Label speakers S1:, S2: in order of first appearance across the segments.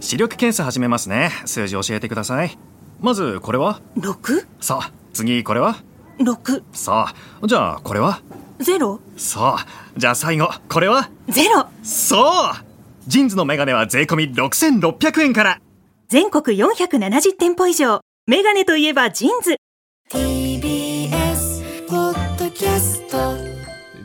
S1: 視力検査始めますね数字教えてくださいまずこれは
S2: 6?
S1: さあ次これは
S2: 6
S1: さあじゃあこれは
S2: ゼロ
S1: さあじゃあ最後これは
S2: ゼロ
S1: そうジンズのメガネは税込み6600円から
S2: 全国470店舗以上メガネといえばジーンズ
S3: TBS ポッドキャスト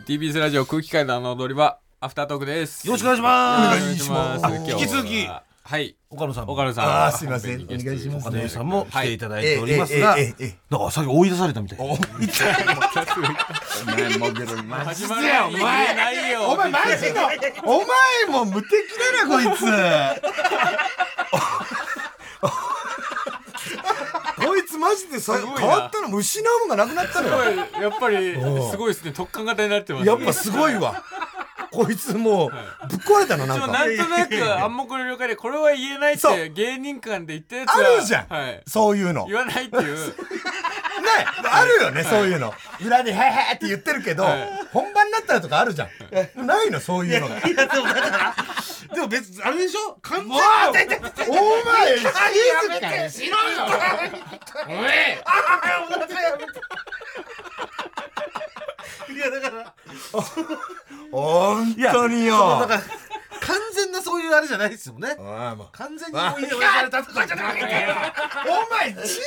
S4: TBS ラジオ空気階段の踊り場アフタートークです
S5: よろしくお願いします
S4: よろくお願いし
S5: お願いします
S4: 今日は
S5: 引き続き
S4: はい
S5: 岡野さんも
S4: 岡野さん
S6: ああすいませんお願いします
S5: 岡野さんも来ていただいてお
S6: え
S5: りますが
S6: ええええええ
S5: なんか最近追い出されたみたい
S6: お前もうけどマジ
S4: 始まるよお前ないよ
S6: お前マジかお前も無敵だなこい つこいつマジでさ
S4: ごいな
S6: 変わったのも失うもんがなくなったのよ
S4: やっぱりすごいですね特感型になってますね
S6: やっぱすごいわこいつもうぶっ壊れたのなん
S4: でも
S6: か
S4: なんとなく暗黙の了解でこれは言えないっ
S6: そ
S4: て
S6: う
S4: 芸人間で言ったやつ
S6: あ
S4: は
S6: るじゃん、
S4: はい
S6: そういうの
S4: 言わないっていう
S6: ね、あるよね、そういうの。裏で、へへって言ってるけど、
S4: はい
S6: 本番になったらとかあるじゃん。ないの、そういうのが。
S5: いやでもだからでも別にあれでしょ完全に
S6: お前、静かにしろよ
S5: いやだから
S6: 本当によ
S5: そのだから完全なそういうあれじゃないですよね
S6: お前もう
S5: 完全に追い出されたとかじゃなくて
S6: お前、静かにし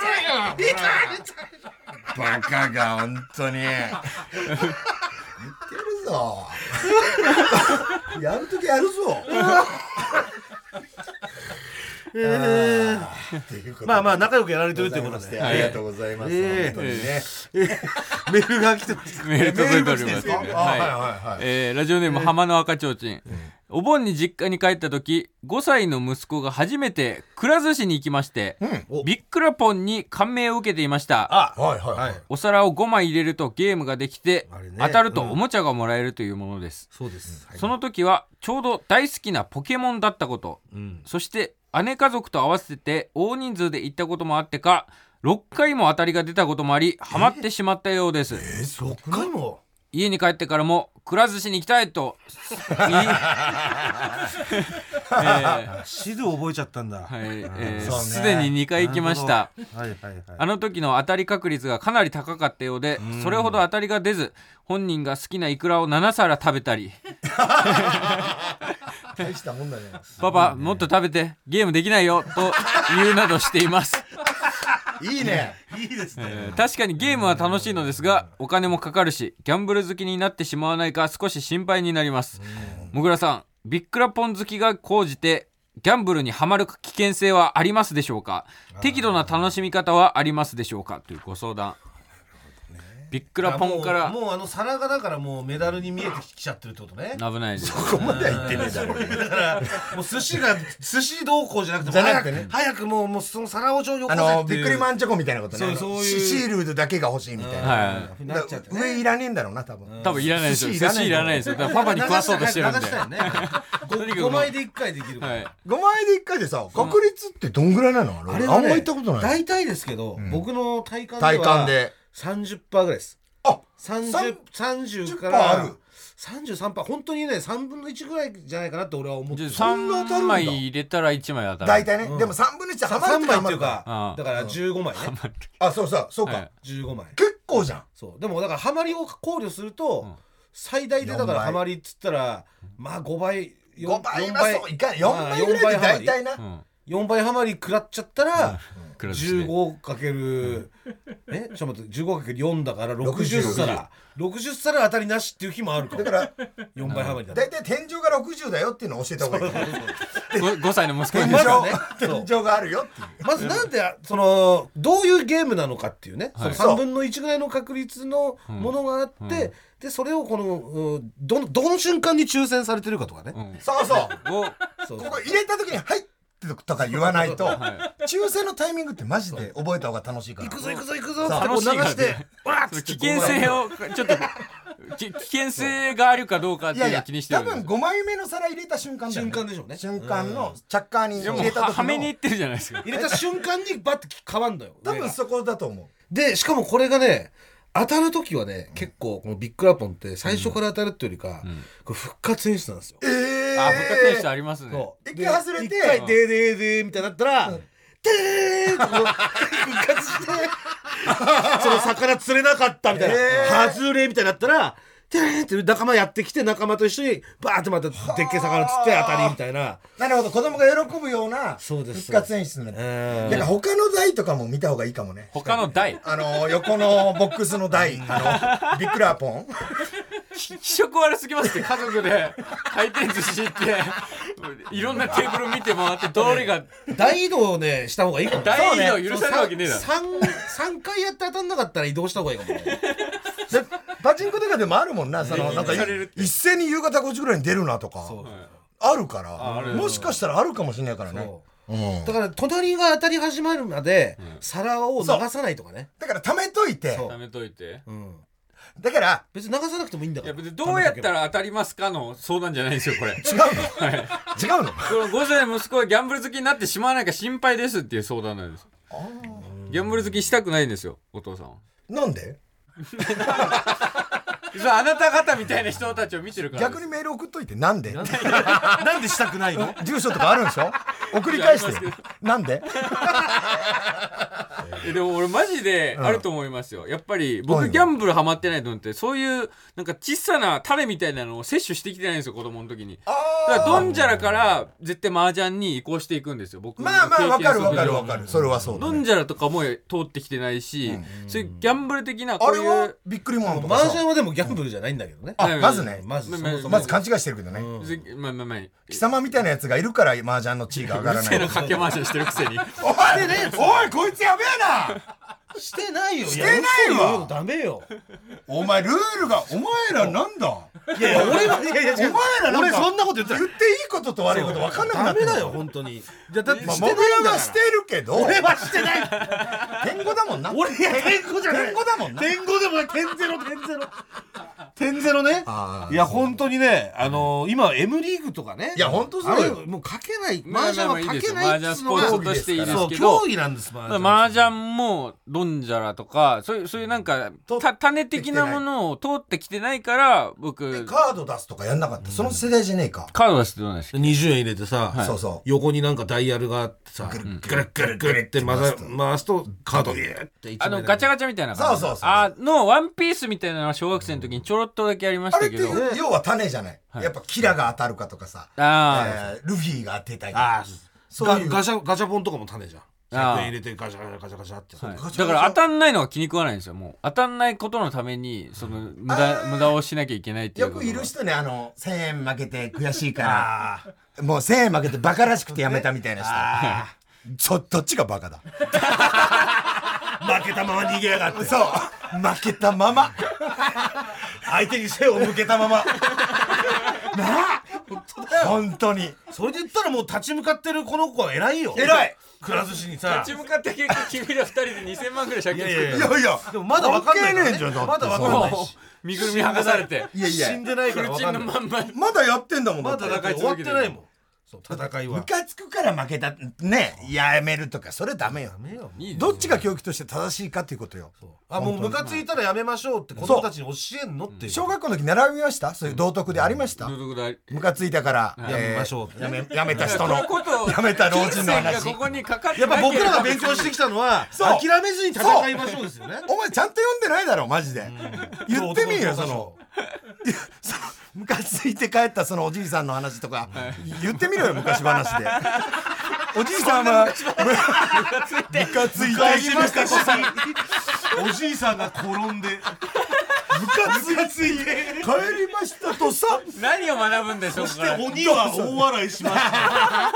S6: ろよバカが、本当に。言ってるぞ。やるときやるぞ。あーということで
S5: まあまあ仲良くやられてるということで、
S6: ありがとうございます。
S5: ええ
S6: 本当にね。
S5: メールが来 てます
S4: メール届いております
S6: メール来てるんですかあはいはいはい
S4: えーラジオネーム浜の赤ちょうちんお盆に実家に帰った時5歳の息子が初めてくら寿司に行きまして、
S5: お
S4: ビックラポンに感銘を受けていました
S5: あ
S6: はいはいはい。
S4: お皿を5枚入れるとゲームができて、
S5: あれね
S4: 当たるとおもちゃがもらえるというものです、
S5: そうです、
S4: その時はちょうど大好きなポケモンだったこと
S5: うん、
S4: そして姉家族と合わせて大人数で行ったこともあってか6回も当たりが出たこともありハマってしまったようです、
S6: え、そっ
S5: 他にも
S4: 家に帰ってからもくら寿司に行きたい と言い えー
S5: 汁覚えちゃったんだ、
S4: はいえー
S6: そうね
S4: すで、に2回行きました
S5: はいはいはい
S4: あの時の当たり確率がかなり高かったようでそれほど当たりが出ず本人が好きなイクラを7皿食べたり
S6: 大したもんだね。
S4: 「パパもっと食べてゲームできないよ」と言うなどしています、
S6: いいね。
S5: いいですね、
S4: えー確かにゲームは楽しいのですがお金もかかるしギャンブル好きになってしまわないか少し心配になりますもぐらさんビックラポン好きが高じてギャンブルにはまる危険性はありますでしょうか適度な楽しみ方はありますでしょうかというご相談ビックラポンから
S5: もうもうあの皿がだからもうメダルに見えてきちゃってるってことね
S4: 危ないです
S6: ここまでは言ってねえだろ。
S5: だからもう寿司が寿司どうこうじゃなくて
S6: じゃなくてね
S5: 早く早くもうもうその皿を上よこ
S6: あ
S5: せって
S6: の、
S5: いう
S6: びっくりマンチョコみたいなことね。
S5: そう
S6: あの
S5: そういう
S6: シシールドだけが欲しいみたいな。
S4: は
S5: なっちゃって
S6: だ上いらねえんだろうな、多分。
S4: い多分いらないですよ寿
S6: 寿
S4: 司
S6: 司
S4: い
S6: い
S4: ら
S6: ら
S4: な
S6: ないい
S4: ですよだからパパに食わそうとしてるんで
S5: 流したいね
S4: とにかくもう
S5: 5枚で1回できるから、
S4: はい
S6: 5枚で1回でさ、確率ってどんぐらいなのあれ
S5: あれ
S6: あ
S5: は
S6: ん
S5: ね
S6: ま行ったことない。
S5: 大体ですけど、僕の体感では
S6: 体感で。
S5: 30%ぐらいです
S6: あ
S5: 30 30
S6: 10%
S5: か
S6: あ
S5: ら
S6: る
S5: 33%本当にね3分の1ぐらいじゃないかなって俺は思ってる
S6: んな当た
S4: 3
S6: るんだ
S4: 枚入れたら1枚当たる
S6: 大体ね。でも3分の1ハマ
S5: 3
S6: る
S5: 枚
S6: か
S5: ってい
S4: あ
S5: うか
S4: あ
S5: だから15枚ね
S6: あ、そうそう、そう
S4: はい
S6: か。
S5: 15枚
S6: 結構じゃん。
S5: そうでもだからハマりを考慮すると、
S4: ん
S5: 最大でだか
S6: 四
S5: ら
S6: 倍
S5: ハマりっつったらまあ5倍よん
S6: 5倍
S5: 四
S6: はそういかん。4倍ぐらいで大体な。
S5: 4倍ハマり食らっちゃったら、
S4: くら寿司で
S5: 15× かける、えちょっと待って 15×4 だから60
S6: 60
S5: 皿60皿当たりなしっていう日もあるか
S6: だからら、
S5: 4倍ハマりだ
S6: 大体天井が60だよっていうのを教えた方がいい。
S4: 5歳の息子
S6: 天
S4: に
S6: 井
S5: まだねそう
S6: 天井があるよっていう。
S5: まずなんであそのどういうゲームなのかっていうね、
S4: はい
S5: その3分の1ぐらいの確率のものがあって、でそれをこのうんどのどの瞬間に抽選されてるかとかね、
S4: うん
S6: そうそう。
S4: を
S5: そう
S6: ここ入れた時に「はい!」とか言わないと
S4: は
S6: 抽選のタイミングってマジで覚えた方が楽しいから
S5: 行くぞ行くぞ行くぞって
S6: さあ
S5: こう流
S4: 楽しい
S5: して
S4: か
S5: わーっつって
S4: 危険性をちょっとき危険性があるかどうかってい
S6: いや
S4: う
S6: い
S4: の
S6: や
S4: を気にして
S6: 多
S4: るんで
S6: 分5枚目の皿入れた瞬間だよ
S5: 瞬
S6: ね
S5: 間でしょうね
S6: 瞬間のチャッカーに
S4: すよいやも
S6: 入
S4: う
S6: れた
S4: は
S6: 時
S4: はめにい
S6: の
S4: ってるじゃないですか
S5: 入れた瞬間にバッて変わんだよ
S6: 多分そこだと思う
S5: でしかもこれがね当たる時はね結構このビッグラポンって最初から当たるっていうよりか、これ復活演出なんですよ
S6: ええ
S4: あ復活演出ありますね
S5: そう
S6: 一回外れて
S5: で一回でーでーでーみたいになったら、てれれーってこう復活 して、その魚釣れなかったみたいな、外れみたいになったら、てれれーって仲間やってきて、仲間と一緒にバーってまたでっけえ魚釣って当たりみたいな。
S6: なるほど子供が喜ぶような
S5: そうです
S6: 復活演出になってる
S5: え
S6: だから他の台とかも見た方がいいかもね
S4: 他の台
S6: あの横のボックスの台あのビックラーポン
S4: 気色悪すぎますって家族で回転寿司行っていろんなテーブル見て回って通りが
S5: ー大移動をね、した方がいいかもね。
S4: 大移動許されるわけねえだろ
S5: 三三回やって当たんなかったら移動した方がいいかもね。
S6: でパチンコとかでもあるもんなそのなんかい
S4: されるって
S6: 一斉に夕方5時ぐらいに出るなとかあるからもしかしたらあるかもしれないからねうん
S5: だから隣が当たり始まるまで、皿を流さないとかね。
S6: だから貯めといて
S5: そう
S4: やめといて
S5: うん
S6: だから
S5: 別に流さなくてもいいんだ
S4: い
S5: か
S4: や
S5: ら。
S4: 別にどうやったら当たりますかの相談じゃないんですよこれ
S6: 違うの違うの
S4: その5歳の息子がギャンブル好きになってしまわないか心配ですっていう相談なんですギャンブル好きしたくないんですよお父さんは
S6: なんで
S4: それあなた方みたいな人たちを見てるからです
S6: 逆にメール送っといてなんで
S5: なんでしたくないの
S6: 住所とかあるんでしょ送り返して
S4: いやありま
S6: よ
S4: す
S6: なんで
S4: えでも俺マジであると思いますよ、やっぱり僕
S6: はい
S4: ギャンブルハマってないと思ってそういうなんか小さなタレみたいなのを摂取してきてないんですよ子供の時にだからドンジャラから絶対麻雀に移行していくんですよ僕の
S6: まあまあわ
S4: 経験
S6: かる
S4: 則
S6: わか
S4: 上
S6: るわかるそれはそうだ
S4: ド
S6: ね
S4: ンジャラとかも通ってきてないし、そういうギャンブル的なこ
S6: あ
S4: う
S6: れ
S4: い
S6: は
S4: う
S6: びっくりマンと
S5: マ
S6: か
S5: ージャ
S6: さ
S5: ンはでもギャンブルじゃないんだけどね。
S6: あ
S4: うん
S6: まずね
S5: まずそ
S4: まあ
S5: もそも
S6: まず勘違いしてるけどね
S4: ずまあまあまあ
S6: 貴様みたいなやつがいるから麻雀の地位が上がらな
S4: 手
S6: い
S4: のかけ麻雀してるくせに
S6: おいおいこいつやべえな
S5: してないよ。して
S6: ないわ
S5: ダメよ。
S6: お前ルールがお前らなんだ
S5: いやいや、俺は、いやいや、
S6: お前らなんか
S5: 俺そんなこと言って
S6: 言
S5: な
S6: ってい
S5: い。
S6: いことと悪いこと分かんなくな
S5: ダ
S6: って
S5: メ
S6: ん
S5: だよ、本当に。いや、だって
S6: まあ
S5: し
S6: モ
S5: て
S6: グ
S5: ない
S6: ラ
S5: んだか
S6: は
S5: ら。
S6: してるけど
S5: 俺はしてない。
S6: 天狗だもんな
S5: 俺、いや、天狗じゃない。
S6: 天狗だもんな
S5: 天狗でもない。天ゼロ、天ゼロ。天ゼロね
S6: あ。ー
S5: いや、本当にね、あのー、今、M リーグとかね。
S6: いや本当そうよ
S5: あれもうかけない。
S4: まあ
S5: マージャン
S4: まあま
S5: は
S4: あい
S5: か
S4: いですよ
S5: けないって
S4: 麻雀
S5: いう
S4: ス
S5: の
S4: ポ
S5: は
S4: ーツとしていいですけど
S5: そう、競技なんです、マ
S4: だから麻雀もドンジャラとかそういうそういうなんか
S6: と
S4: た種的なものを通ってきてないから
S6: で
S4: 僕
S6: カード出すとかやんなかったその世代じゃねえか
S4: カードはしてないです
S5: 20円入れてさ、
S6: そうそ
S5: 横になんかダイヤルがあってさぐるぐるぐるぐるって回す回すとカードビューって一
S4: あ
S5: 枚
S4: のガチャガチャみたいな感じ
S6: そうそうそう
S4: あのワンピースみたいなのは小学生の時にちょろっとだけやりま
S6: あ
S4: し
S6: れ
S4: た
S6: っ
S4: け
S6: て
S4: ど
S6: 要は種じゃないやっぱキラが当たるかとかさ
S4: あ
S6: えールフィが当てたり
S5: ああ
S6: そういう
S5: ガガチャガチャポンとかも種じゃん
S4: ああ
S5: 100円入れてガチャガチャガチャガチャって
S4: あ、はい
S6: ガチャガチャ
S4: だから当たんないのが気に食わないんですよもう当たんないことのためにその無駄無駄をしなきゃいけないっていう
S6: よ
S4: こと
S6: く
S4: が
S6: いる人ねあの1000円負けて悔しいからもう1000円負けてバカらしくてやめたみたいな人ちょどっちがバカだ
S5: 負けたまま逃げやがって
S6: そう負けたまま
S5: 相手に背を向けたまま
S6: 本当に
S5: それで言ったらもう立ち向かってるこの子は偉いよ
S6: 偉い
S5: くら寿司にさ
S4: 立ち向かって結局君ら二人で2000万ぐらい借金作っ
S5: い
S4: て
S6: いやいや
S5: でもまだわかんないか
S6: 関
S5: ら
S6: 係ねえじゃんだって
S5: まだわかん
S4: も
S5: な
S4: う
S5: いし
S4: 身ぐるみ剥がされて
S6: いやいや
S5: 死んでないからわ
S4: 苦ち
S5: か
S4: ん
S5: んな
S4: の
S5: い
S4: まんま
S6: まだやってんだもんだ
S5: ま
S6: って
S5: だだって終わってないもんそう戦いは
S6: ムカつくから負けたねやめるとかそれダメよ
S5: ダメよ
S4: いいですね
S6: どっちが教育として正しいかっていうことよ
S5: あもうムカついたらやめましょうって子供たちに教えんのっていう
S6: 小学校の時並びましたそういう道徳でありました
S4: どういうことだ
S6: ムカついたから
S5: やめましょう
S6: えーやめやめた人の
S4: こういうことを
S6: やめた老人の
S4: 人生
S6: 話
S4: がここにかかって
S5: やっ
S4: な
S5: ぱ
S4: ければ
S5: 僕らが勉強してきたのは
S6: そう
S5: 諦めずに戦いましょうですよね
S6: お前ちゃんと読んでないだろマジで言ってみよそのムカついて帰ったそのおじいさんの話とか言ってみろよ昔話 でおじいさんはムカついて
S5: 返しましたおじいさんが転んで
S6: ムカついて帰りましたとさ
S4: 何を学ぶんでしょうかだ
S5: 鬼は大笑いしました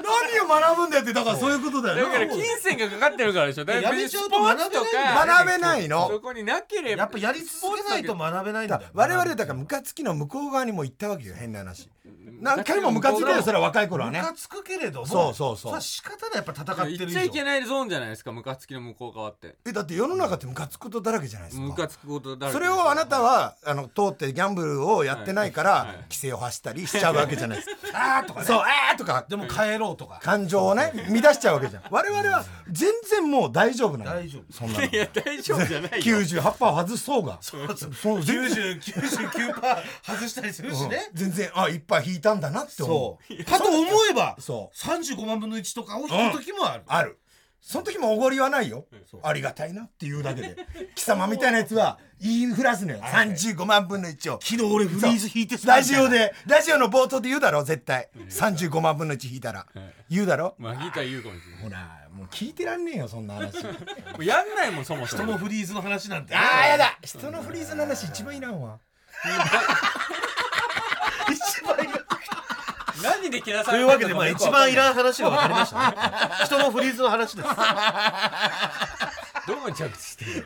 S6: 何を学ぶんだよってだからそういうことだよ
S4: から金銭がかかってるからでしょだから
S5: やめちゃうと学べない
S4: スポーツとか
S5: な
S6: 学べない
S4: そ
S6: の
S4: こになければ
S5: やっぱやり続けないと学べないんだよ
S6: 我々だからムカつきの向こう側にも行ったわけよ変な話何回もムカつい
S4: ムカつきの向こう
S6: た
S4: 側
S6: よそれは若い頃は
S5: ム
S6: ね
S5: カつくけれども
S6: そうそうそう
S5: れは仕方ないやっぱ戦って
S4: 言
S5: る
S4: っ
S5: 以
S4: ちゃいけ
S5: 上
S4: ないゾーンじゃないですかムカつきの向こう側って
S6: えだって世の中ってムカつくことだらけじゃないです
S4: ム
S6: か
S4: カつくことだらけ
S6: それをあなたはあの通ってギャンブルをやってないから規制を発したりしちゃうわけじゃないですかあーとかねそうあーとか
S5: でも帰ろうとか
S6: 感情をね乱しちゃうわけじゃん我々は全然もう大丈夫なの
S5: 大丈夫
S6: そんなの
S4: いや大丈夫じゃないよ
S6: 98%外そうが
S5: そうそう
S6: そう全然
S5: 90 99%外したりするしね
S6: 全然あ一1パー引いたんだなって思
S5: そううかと思えば
S6: そう
S5: 35万分の1とかを引く時もある、
S6: あるその時もおごりはないよありがたいなっていうだけ で貴様みたいなやつは言いふらすのよ35万分の1を
S5: 昨日俺フリーズ引いて
S6: ラジオでラジオの冒頭で言うだろ絶対35万分の1引いたら言うだろ
S4: まあ引いたら言うかもしれない
S6: ほらもう聞いてらんねえよそんな 話
S4: もうやんないもんそもそ
S5: 人の
S4: も
S5: フリーズの話なんて
S6: あーやだ人のフリーズの話一番いらんわ
S4: 何で切らさ
S5: とい
S4: れ
S5: う
S4: たんだ
S5: わけ
S4: か
S5: で
S4: も
S5: まあ
S4: よくわ
S5: 一
S4: かんな
S5: 番
S4: い
S5: いらん話が分かりましたね人のフリーズの話です
S4: どこに着地してんの
S6: い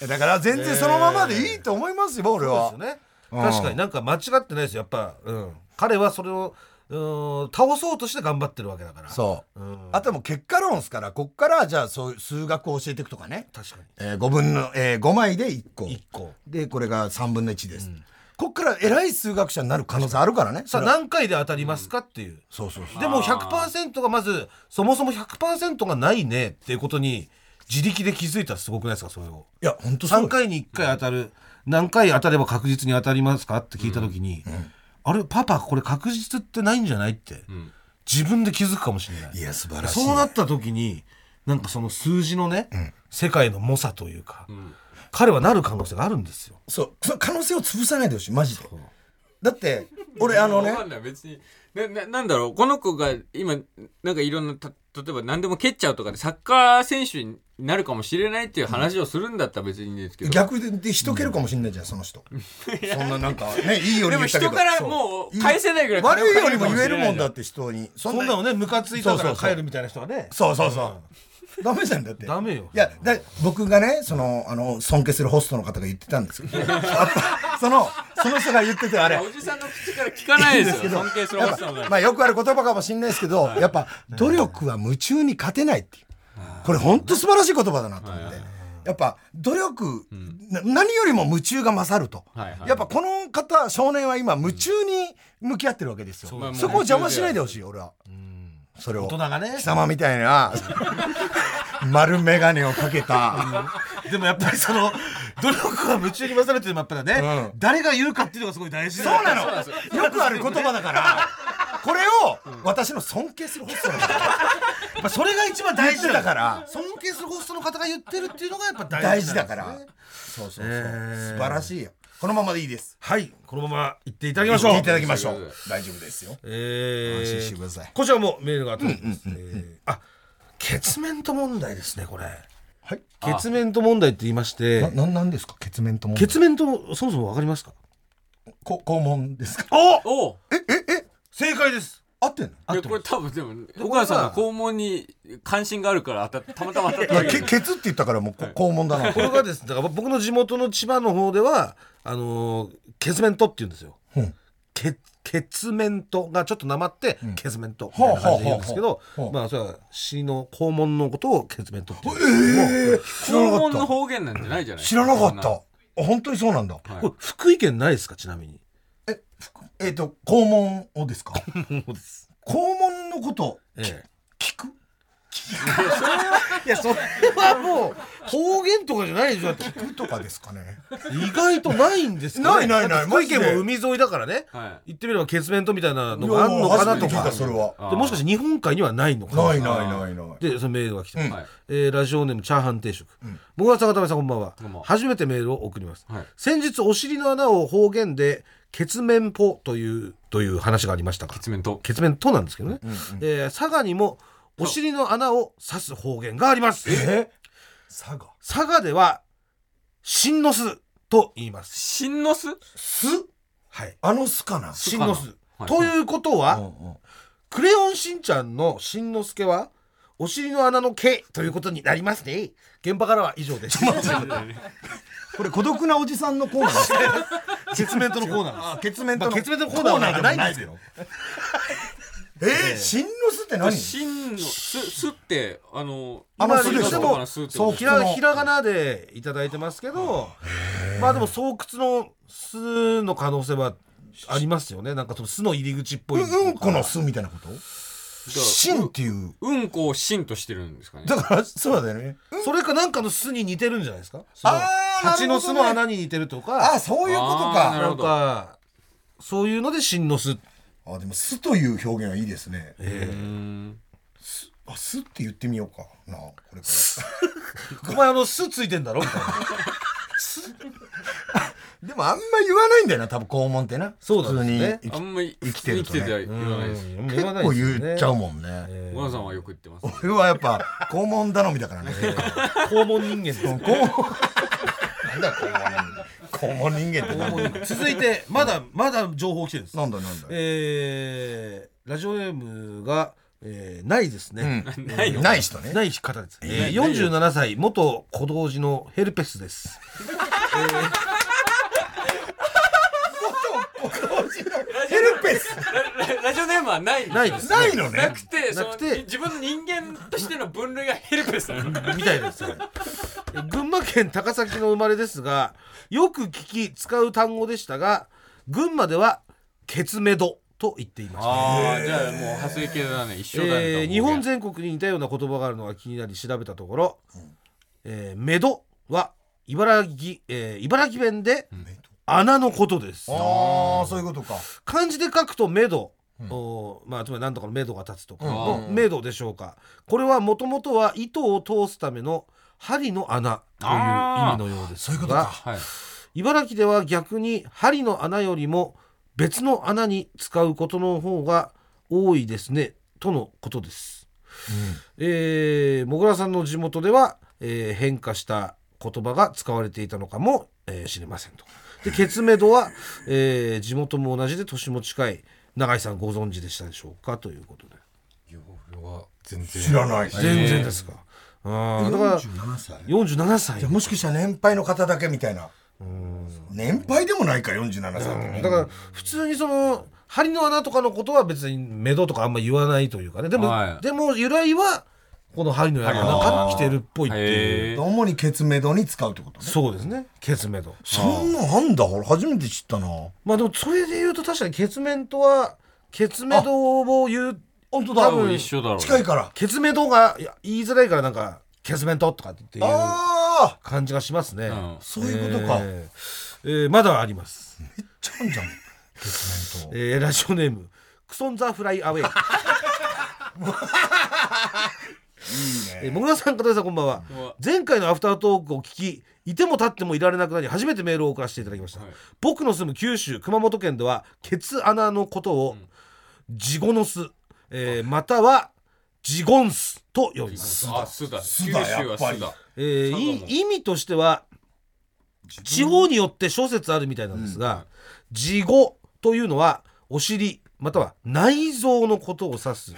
S6: やだから全然そのままでいいと思いますよ俺は
S5: そうですよね。確かになんか間違ってないですよ。やっぱ、うん、彼はそれを、うん、倒そうとして頑張ってるわけだから。
S6: そう、
S5: うん
S6: あとはもう結果論ですからこっからじゃあそういう数学を教えていくとかね、
S5: 確かに。
S6: えー、5分の、えー、5枚で1個
S5: 一個
S6: でこれが3分の1です、こっから偉い数学者になる可能性あるからね
S5: さ
S6: そ
S5: あ
S6: れは
S5: 何回で当たりますかっていう。
S6: そうそうそう
S5: でも100%がまずそもそも100%がないねっていうことに自力で気づいたらすごくないですかそれを。
S6: いや本当そう
S5: 3回に1回当たる何回当たれば確実に当たりますかって聞いた時に、あれパパこれ確実ってないんじゃないって、自分で気づくかもしれない。
S6: いや素晴らしい
S5: そうなった時になんかその数字のね、世界の猛者というか、彼はなる可能性があるんですよ。
S6: そうその可能性を潰さないでほしいマジでだって俺あのね
S4: わ かんない別になななんだろうこの子が今なんかいろんなた例えば何でも蹴っちゃうとかでサッカー選手になるかもしれないっていう話をするんだったら別にいいんですけど、
S6: 逆で人蹴るかもしれないじゃん、その人そんななんかね いいよう
S4: で
S6: に
S4: も
S6: 言ったけ
S4: 人
S6: ど
S4: から
S6: そう
S4: もう返せないぐらい金を
S6: 悪いように
S4: 返せ
S6: も言える
S4: か
S6: も
S4: しれない
S6: んだって人にそ
S5: そんなのねムカついたか
S6: そう
S5: ら
S6: そうそう
S5: 帰るみたいな人はね
S6: そうそうそう。ダメじゃんだって。
S5: ダメよ
S6: いや、だ僕がね、その、あの、尊敬するホストの方が言ってたんですけど、やっぱその、その人が言っててあれ。
S4: おじさんの口から聞かないですよ尊敬するお
S6: や
S4: じ
S6: っ
S4: さん
S6: ぱ
S4: は
S6: まあよくある言葉かもしれないですけど、やっぱ努力は夢中に勝てないっていう。これ本当素晴らしい言葉だなと思って。やっぱ努力、な何よりも夢中が勝ると、
S4: はいはい
S6: やっぱこの方少年は今夢中に向き合ってるわけですよ、
S4: うだね
S6: そこを邪魔しないでほしい俺は、それを
S5: 大人がね
S6: 貴様みたいな丸眼鏡をかけた
S5: でもやっぱりそ の努力は夢中に勝るっていうのもやっぱりね、
S6: う
S5: 誰が言うかっていうのがすごい大事
S6: そうな
S5: の
S6: のよくある言葉だからこれを私の尊敬するホストの方が
S5: やっぱそれが一番
S6: 大
S5: 大事
S6: 事
S5: だ
S6: だ
S5: か
S6: からら
S5: 尊敬するホストの方が言ってるっていうのがやっぱ大事
S6: 大事だからそうそうそう、
S5: えー
S6: 素晴らしいよこのままでいいです
S5: はいこのまま言っていただ
S6: い
S5: きましょう
S6: いただきましょう大丈夫ですよ
S5: え
S6: 安心
S5: ー
S6: してください
S5: こちらもメールが届いてます。えーあ、血面と問題ですね、これ。
S6: はい
S5: 血面と問題って言いまして
S6: な、なんなんですか血面とも
S5: 血面とそもそもわかりますか
S6: こ肛門ですか
S5: お
S4: おう
S5: 正解です。
S6: 合ってんの
S4: い
S5: 合っ
S4: や
S5: て
S4: こ
S5: ま
S4: れ
S5: す
S4: 多分でもお母さんが肛門に関心があるから当たたまたま当たっただけ
S6: けケツって言ったからもうこ肛門だな
S5: これがですね、だから僕の地元の千葉の方では、あのー、血面とって言うんですよ。
S6: うん
S5: 血血面とがちょっとなまって、血面とみたいな感じで言うんですけど
S6: ほうほうほうほう、
S5: まあ、それは死の肛門のことを血面とって言うんです
S6: 知
S5: けど
S4: 肛
S6: らなか
S4: 門
S6: っ
S4: の
S6: た
S4: 方言なんじゃないじゃない
S6: 知らなかっ
S4: そん
S6: たあ本当にそうなんだ
S4: はい
S5: これ福井県ないですか、ちなみに。
S6: えふくえっと肛門をですか
S5: そうです。
S6: 肛門のこと
S5: ええ。
S6: 聞く
S5: いや、それはもう、方言とかじゃないでしょ、だって。
S6: 聞くとかですかね
S5: 意外とないんですかね
S6: ないないない
S5: だって福井県も
S6: マ
S5: 海沿いだからね。
S4: はい
S5: 言ってみれば、ケツメントみたいなのがあんのかなと
S6: いや初めて聞い
S5: か。
S6: たそれは
S5: でもしかして日本海にはないのか
S6: ないないないない
S5: で、そのメールが来てます、
S6: うん
S4: はい
S5: えーラジオネームチャーハン定食。僕は坂田さんこんばんは
S4: こんばんは。
S5: 初めてメールを送ります。
S4: はい
S5: 先日、お尻の穴を方言で、ケツメンポという、という話がありましたが。
S4: 血面と
S5: ケツメントなんですけどね。えー佐賀にも、お尻の穴を指す方言があります。
S6: え佐賀
S5: 佐賀では、シンノスと言います。
S4: シンノス
S6: す
S5: はい。
S6: あのすかな
S5: シンノス
S4: はい
S5: ということは、
S6: うん
S5: クレヨンしんちゃんのしんのすけは、お尻の穴の毛ということになりますね。現場からは以上です。
S6: これ孤独なおじさんのコーナーですね
S5: 決面とのコーナーです。
S6: 血面
S5: まあ、
S6: との
S5: 決面とのコーナーがないんですけど。
S6: えー新の巣って何
S4: シンのすすってあの
S6: あの
S5: まあ
S6: する
S5: で
S6: で
S5: も
S6: しょ
S4: そうかなすってこと
S6: そう
S5: ひ
S6: そ
S5: ら、
S6: の
S5: ひらがなでいただいてますけど、まあでも、巣窟の巣の可能性はありますよね。なんかその巣の入り口っぽい。
S6: うんこの巣みたいなこと
S4: だ
S6: 新っていう
S4: うんこをシンとしてるんですかね
S6: だからそうだよね
S5: それかなんかの巣に似てるんじゃないですか。
S6: あーなるほどね
S5: 蜂の巣の穴に似てるとか。
S6: あそういうこと
S4: あーな
S6: か
S4: る
S5: な
S4: ほ
S5: ん
S4: ど
S5: かそういうので新の巣
S7: あでも「す」という表現はいいですね
S4: うん
S7: あすって言ってみようかなこれから
S5: お前あの巣ついてんだろみたいな
S6: でもあんま言わないんだよな、多分肛門ってな。
S5: そうなんですね
S6: 普通に
S4: あんまり
S6: 生きてると
S4: 生き
S6: ね
S4: てては言わないです
S5: うん言わな
S6: 結
S5: い
S6: 構
S5: ですよね
S6: 言っちゃうもんね。
S4: 小野さんはよく言ってます
S6: 俺はやっぱ肛門頼みだからね。
S5: 肛門人間ですよ
S6: 肛門。なんだ肛門人間。肛門人間ってなんだ
S5: 続いてまだまだ情報来てるんです
S6: なんだなんだ。
S5: えーラジオネームが、えーないですね、
S4: ないよ
S6: ない人ね。
S5: ない方です、えー、47歳元小道寺のヘルペスです
S6: ヘルペス
S4: ララジオネームはないん
S5: ないです
S6: ないの
S4: な
S6: ね
S4: く。てその
S5: なくて
S4: 自分の人間としての分類がヘルペスなの
S5: みたいですね群馬県高崎の生まれですがよく聞き使う単語でしたが群馬ではケツメドと言っていまし た
S4: ああじゃあもう派生系だね一緒だね、
S5: えー日本全国に似たような言葉があるのが気になり調べたところ、えーメドは茨城,、えー茨城弁で穴のことです
S6: ああ、そういうことか。
S5: 漢字で書くとメド、おーまあ、つまり何とかのメドが立つとかのメドでしょうかこれはもともとは糸を通すための針の穴という意味のようですが
S4: はい
S5: 茨城では逆に針の穴よりも別の穴に使うことの方が多いですねとのことです。えーもぐらさんの地元では、えー変化した言葉が使われていたのかも、えー知れませんと。でケツメドは、えー地元も同じで年も近い永井さんご存知でしたでしょうかということで
S7: 全然知らない
S5: 全然ですか。あーだから
S7: 47歳
S5: 47歳
S6: じゃあもしかしたら年配の方だけみたいな。
S7: 年配でもないか47歳ってね
S5: だから普通にその針の穴とかのことは別に目処とかあんま言わないというかねでも、
S4: はい
S5: でも由来はこの針の穴から来てるっぽいっていう
S4: へー
S7: 主にケツメドに使うってことね
S5: そうですねケツメド
S6: そんなんあんだ。俺初めて知ったな。
S5: まあでもそれで言うと確かにケツメントはケツメドを言う
S6: 本当
S4: 多
S6: だ。
S4: 分一緒だろうね
S6: 近いから。
S5: ケツメドがいや言いづらいからなんかケツメントとかっていう
S6: ああ、
S5: 感じがしますね、
S4: ん
S6: そういうことか。めっ
S5: えーえーまだあります
S6: ちゃあんじゃん。
S5: えーラジオネームクソンザフライアウェイえーもぐらさん、片寄さん、こんばんは
S4: んは。
S5: 前回のアフタートークを聞き、いても立ってもいられなくなり、初めてメールを送らせていただきました。僕の住む九州、熊本県では、ケツ穴のことを、ジゴノス、えーまたは、ジゴンスと呼びます。
S4: あすだ
S7: すだ
S4: 九州は
S7: やっぱり
S4: すだ
S5: えーい
S4: 佐賀も
S5: 意味としては地方によって諸説あるみたいなんですが「地語」というのはお尻または内臓のことを指す方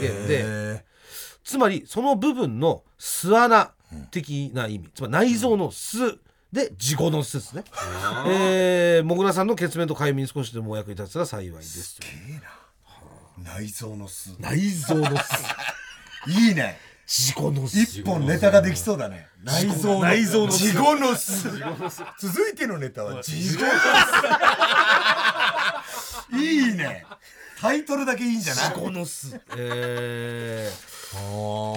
S5: 言でつまりその部分の巣穴的な意味、つまり内臓の巣で「地語」の巣ですね。えー、もぐらさんの血面と解明に少しでもお役に立つら幸いです
S7: 内臓のす
S5: 内臓の巣
S7: いいね
S5: 地語の巣
S7: 一本ネタができそうだね内臓の内臓の地獄の巣続いてのネタは地獄の巣いいねタイトルだけいいんじゃない
S5: この巣。えー、
S6: あ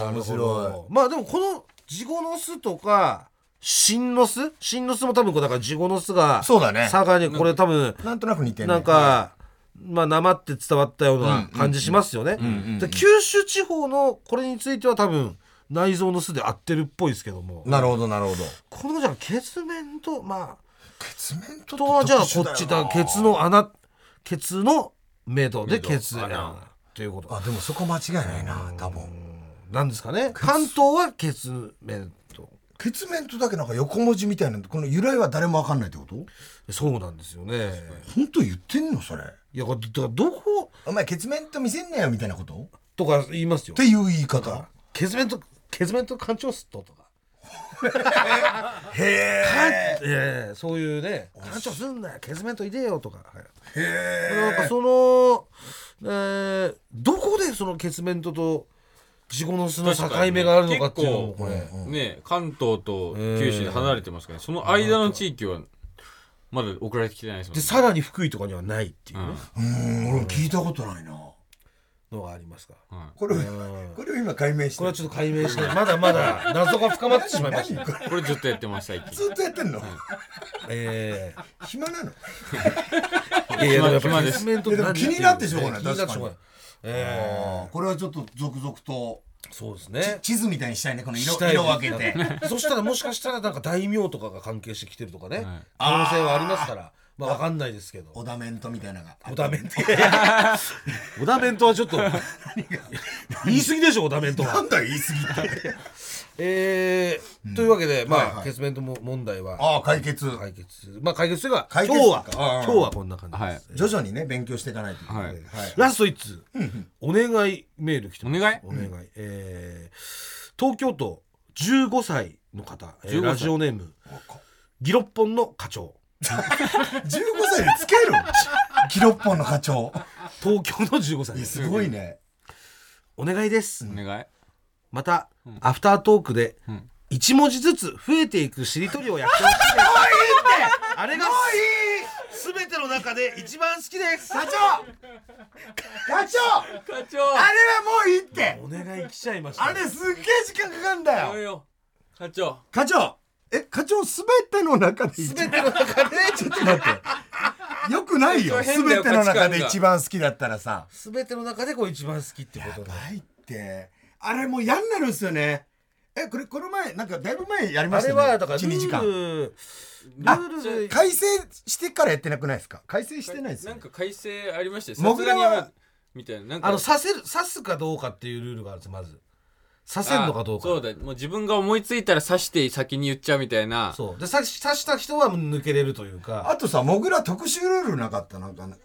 S6: ー面
S5: なる
S6: 白
S5: ほどまあでもこのジゴノスとか新ノス新ノスも多分こうだからジゴノスが
S6: い。そうだね。
S5: 佐賀にこれ多分
S6: なんとなく似てる、ね。
S5: なんか、まあなまって伝わったような感じしますよね。で九州地方のこれについては多分内臓の巣で合ってるっぽいですけども、
S6: なるほどなるほど。
S5: このじゃあ血面とまあ
S6: 血面と
S5: とはじゃあこっちだケツの穴ケツの目処でケツ穴ということ
S6: あでもそこ間違いないな多分。
S5: なんですかね。関東はケツ面と。
S6: 血面とだけなんか横文字みたいなこの由来は誰もわかんないってこと？
S5: そうなんですよね。
S6: 本当言ってんのそれ？
S5: いや、だからどこ
S6: お前血面と見せんなよみたいなこと？っ
S5: とか言いますよ
S6: て。いう言い方。
S5: 血面と、血面と干潮すっととか。
S6: へえ。
S5: ええそういうね、干潮すんなよ、血面といでよとか。はい、なんかその、えー、どこでその血面とと、地獄の巣の境目があるのかっていうのも、これ。
S4: ね関東と九州で離れてますからねその間の地域はまだ送られてきてないですもん
S5: で、
S4: ね
S5: さらに福井とかにはないっていうね。
S6: うん俺も聞いたことないな。
S5: のがありますから
S7: これを
S5: ん
S7: これを今解明して
S5: これはちょっと解明してまだまだ謎が深まってしまいまし
S7: 何
S5: た
S7: これ
S4: これずっとやってます最近
S7: ずっとやってんの
S5: え
S7: 暇なの
S5: えいやいやでもやっぱ
S4: 暇
S5: り
S4: です
S5: 説明と
S7: いやでも気になってしょうがない
S5: 気になってしょうがないえ
S6: あーこれはちょっと続々と
S5: えそうですね
S6: 地図みたいにしたいねこの色
S5: したい
S6: 色を分けて
S5: そしたらもしかしたらなんか大名とかが関係してきてるとかね可能性はありますからまあわかんないですけど
S6: オダメントみたいなのが
S5: オダメン トいやいやオダメントはちょっと言い過ぎでしょオダメントは
S6: なんだよ言い過ぎ て
S5: えーというわけで
S6: はい
S5: ま
S6: は
S5: あ
S6: い
S5: 決面とも問題は
S6: ああ解決
S5: 解決まあ解決というか
S6: 解
S5: 今日
S6: 決
S5: は
S6: かあ
S5: 今
S6: あ
S5: 日はこんな感じ
S4: は
S5: で
S4: い
S5: す
S6: 徐々にね勉強していかないといけない
S4: はい
S5: ラスト1通お願いメール来てます
S4: お願い
S5: お願い、えー東京都15歳の方、えー
S4: 15歳
S5: ラジオネームギロッポンの課長
S6: 15歳でつけるギロッポンの課長
S5: 東京の15歳
S6: い
S5: で
S6: や
S5: す
S6: すごいね
S5: お願いです
S4: お願い
S5: また、アフタートークで、
S4: ん
S5: 一文字ずつ増えていくしりとりをやってほしいですあれがすべての中で一番好きです
S6: 課長課長
S4: 課長
S6: あれはもういいって
S5: お願い来ちゃいました
S6: あれすっげえ時間かかるんだよ
S4: よ課長
S6: 課長え課長すべての中で一番
S5: ての中で
S6: ちょっと待ってよくないよ
S4: 課長
S6: す
S4: 変だ
S6: べ
S4: よ
S6: ての
S4: 価値
S6: 中
S4: 観が
S6: で一番好きだったらさ
S5: すべての中でこう一番好きってことだ
S6: ないってあれもう嫌になるんすよねえこれこの前なんかだいぶ前やりま
S5: あ
S6: した
S5: れ
S6: ね
S5: はだからル
S6: 1 2時間
S5: ール
S6: あ
S5: ルール
S6: 改正してからやってなくないですか改正してないですよ
S4: な
S6: ね
S4: んか改正ありましたよさ
S6: モ
S4: す
S6: グ
S4: が
S6: ラ
S4: に
S6: は
S4: もうみたいななんか
S5: あの刺せる刺すかどうかっていうルールがあるんですまず刺せるのかどうか
S4: あそうだもう自分が思いついたら刺して先に言っちゃうみたいな
S5: そうで刺し刺した人は抜けれるというか
S6: あとさモグラ特殊ルールなかったなんかね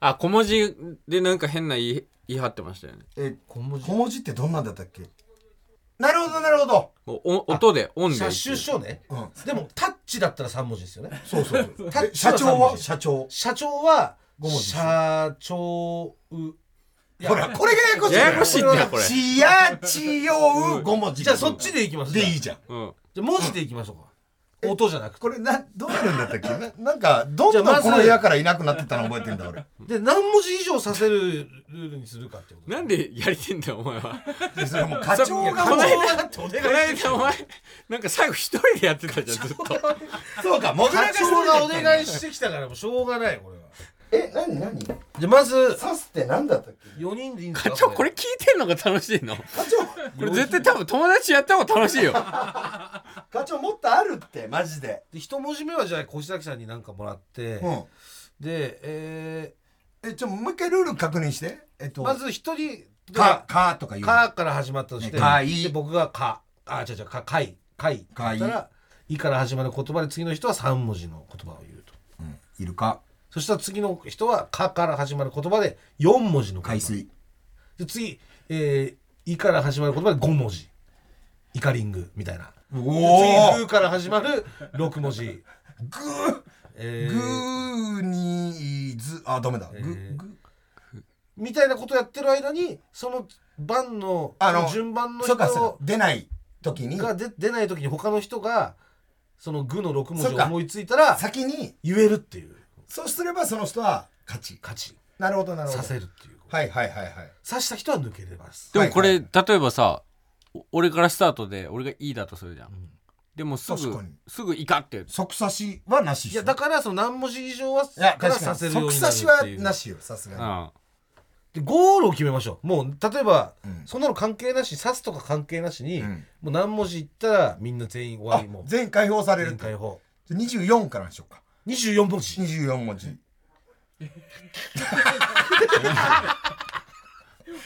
S4: あ小文字でなんか変な言い言い張ってましたよね
S6: え
S5: 小文字
S6: 小文字ってどんなんだったっけなるほどなるほど
S4: おお音で音で
S5: 車種証ね、
S6: うん
S5: でもタッチだったら3文字ですよね
S6: そうそう そう
S5: タッ
S6: え
S5: チ
S6: 社
S5: は
S6: 長
S5: 三文
S6: は
S5: 字
S6: 社長
S5: 社長は
S6: 五文字ですよ
S5: 社長う
S6: ほらこれがややこしい
S4: ややこしいんだよこれ
S6: ちやちよう5文字
S5: じゃあそっちでいきます
S6: でいいじゃん
S4: うん
S5: じゃあ文字でいきましょうか音じゃなくて
S6: これなどうなるんだったっけななんかどん
S5: じゃ
S6: ど
S5: あま
S6: ん
S5: ず
S6: この部屋からいなくなってたの覚えてんだ俺
S5: で何文字以上刺せるルールにするかってこと
S4: なんでやりてんだよお前はこ
S6: でそれもう課長が
S4: そ
S6: も
S4: う
S6: う
S4: いや
S5: だってお願い
S4: の間お前なんか最後一人でやってたじゃんずっと
S6: そうかモグラが
S5: 課長がお願いしてきたからもうしょうがないこれは
S6: え何何刺
S5: じゃあまず
S6: すって何だったっけ
S5: 4人でいいんです
S4: 課
S5: か
S4: 長これ聞いてんのが楽しいのこ
S6: 課長
S4: れ絶対多分友達やった方が楽しいよ
S6: 課長もっとあるってマジで
S5: で一文字目はじゃあ越崎さんに何かもらって、
S6: うん
S5: で、え
S6: えちょもう一回ルール確認してえっ
S5: ー
S6: と
S5: まず一人
S6: か
S5: が
S6: か
S5: 「
S6: とか言う
S5: か」から始まったとして、
S6: ねかい
S5: で僕が「か」あ違う違う「か」「かい」「かい」
S6: かい
S5: だったら「い」から始まる言葉で次の人は3文字の言葉を言うと
S6: うんいるか
S5: そしたら次の人は「か」から始まる言葉で4文字の言葉
S6: 海水
S5: で次「えーい」から始まる言葉で5文字「イカリング」みたいな
S6: お
S5: 次「ぐ」
S6: ー
S5: から始まる6文字
S6: グー
S5: え
S6: グ
S5: ー
S6: ーにーずあダメだグ
S5: えー
S6: グ
S5: みたいなことやってる間にその番の
S6: あの
S5: 順番の
S6: そ
S5: 人
S6: うかそうか出ない時に
S5: が出出ない時に他の人がその「具の6文字
S6: そ
S5: を
S6: うか
S5: 思いついたら
S6: 先に
S5: 言えるっていう
S6: そうすればその人は勝ち
S5: 価値
S6: なるほどなるほど
S5: させるっていう
S6: はいはいはいはい
S5: 刺した人は抜けれます
S4: でもこれ、
S6: はい
S4: 例えばさお俺からスタートで俺がいいだとするじゃん、でもす
S6: 確
S4: ぐ
S6: かに
S4: すぐイカって
S6: 即差しはなし
S5: い
S6: い
S5: や
S6: や
S5: だからその何文字以上はから
S6: 確か
S5: さ
S6: に
S5: せるよう
S6: 即
S5: にな
S6: 差
S5: る
S6: し
S5: っていう
S6: はなしよさす
S4: うん
S6: が
S4: あ
S5: でゴールを決めましょうもう例えば、
S6: うん
S5: そんなの関係なし刺すとか関係なしに、
S6: うん
S5: もう何文字いったらみんな全員終わり
S6: に
S5: もう
S6: 全員解放され
S5: 全
S6: る
S5: 員解放
S6: 24からにしようか
S5: 24文字
S6: 24文字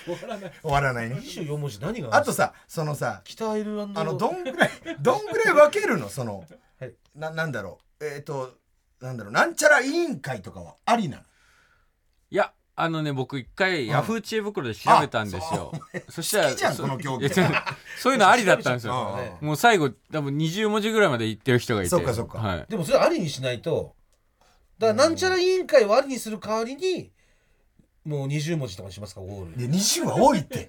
S6: 終わらないね
S5: 24文字何が
S6: あとさそのさ
S5: 北アイルランド
S6: あのどんぐらいどんぐらい分けるのその
S5: はい
S6: ななんだろうえっ、となんだろうなんちゃら委員会とかはありなの
S4: いやあのね僕一回ヤフー知恵袋で調べたんですよ、そしたら
S6: 好きじゃん
S4: そ
S6: この競技
S4: いやちょっとそういうのありだったんですよ
S6: あ
S4: もう最後多分20文字ぐらいまでいってる人がいて
S6: そっかそっか
S4: はい、
S5: でもそれありにしないとだからなんちゃら委員会をありにする代わりにもう20文字とかにしますかゴール
S6: で20は多いって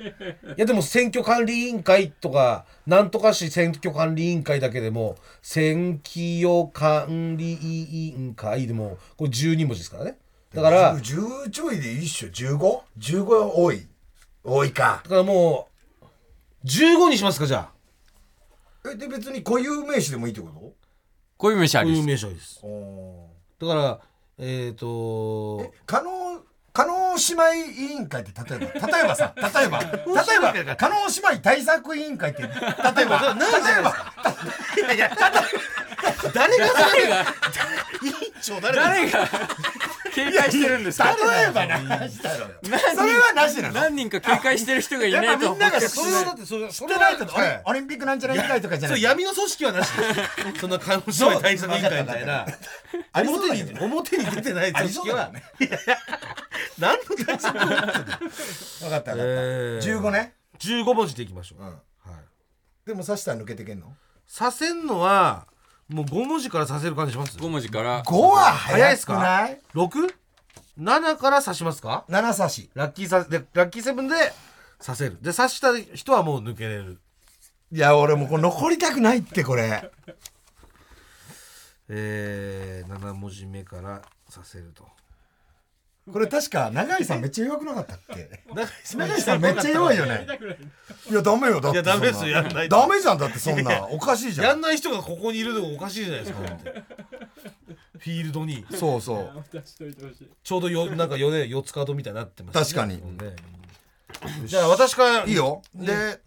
S5: いやでも選挙管理委員会とかなんとか市選挙管理委員会だけでも選挙管理委員会でもこれ12文字ですからねだから
S6: 10ちょいでいいっしょ 15?15 は多い
S8: 多いか
S5: だからもう15にしますかじゃあ
S6: えで別に固有名詞でもいいってこと
S4: こういう名詞あ
S5: こう
S4: りま
S5: い
S4: す
S5: う名称ですだからえっ、と
S6: え加納加納姉妹委員会って例えば 例えばさ例えば例 えば加納姉妹対策委員会って例え ば例えば
S5: いや誰が誰が
S4: 誰が 警戒してるんですか
S6: 例えばな話だろよそれはなしなの
S4: 何人か警戒してる人がいねえ
S6: やっ
S4: と
S6: ぱみ
S4: 思
S6: ん
S4: って
S6: なが知っ
S5: それはだってそれそれ
S6: て
S5: は
S6: ないと
S5: は
S6: オリオ
S5: い
S6: リンピックなんちゃら委員会とかじゃ
S5: そ
S6: な
S5: う
S6: い
S5: 闇の組織はなしですそんな可能性対策委員会みたい な表に表に出てない組織は、いやいや何の対策を
S6: 分かった分かった、
S5: えー
S6: 15ね
S5: 15文字でいきましょう、
S6: んでも刺したら抜けてけんの
S5: させんのはもう5文字からさせる感じします
S4: 5文字から
S6: 5は
S5: 早い
S6: 早
S5: っす
S6: くな
S5: か
S6: い
S5: ?67 から刺しますか
S6: 7刺し
S5: ラッキーさでラッキーセブンで刺せるで刺した人はもう抜けれる
S6: いや俺もうこれ残りたくないってこれ
S5: えー、7文字目から刺せると
S6: これ確か永井さんめっちゃ弱くなかったっけ永井さんめっちゃ弱いよねいやダメよだって
S5: いやダメで
S6: そ
S5: すよ
S6: ん
S5: やんないと
S6: ダメじゃんだってそんなおかしいじゃ
S5: や
S6: ん
S5: んない人がここにいるのがおかしいじゃないですかだってフィールドに
S6: そうそう
S5: ちょうどよなんかよ、ね、四つ角みたいになってます、
S6: 確かに
S5: もうねじゃあ私から
S6: いいよで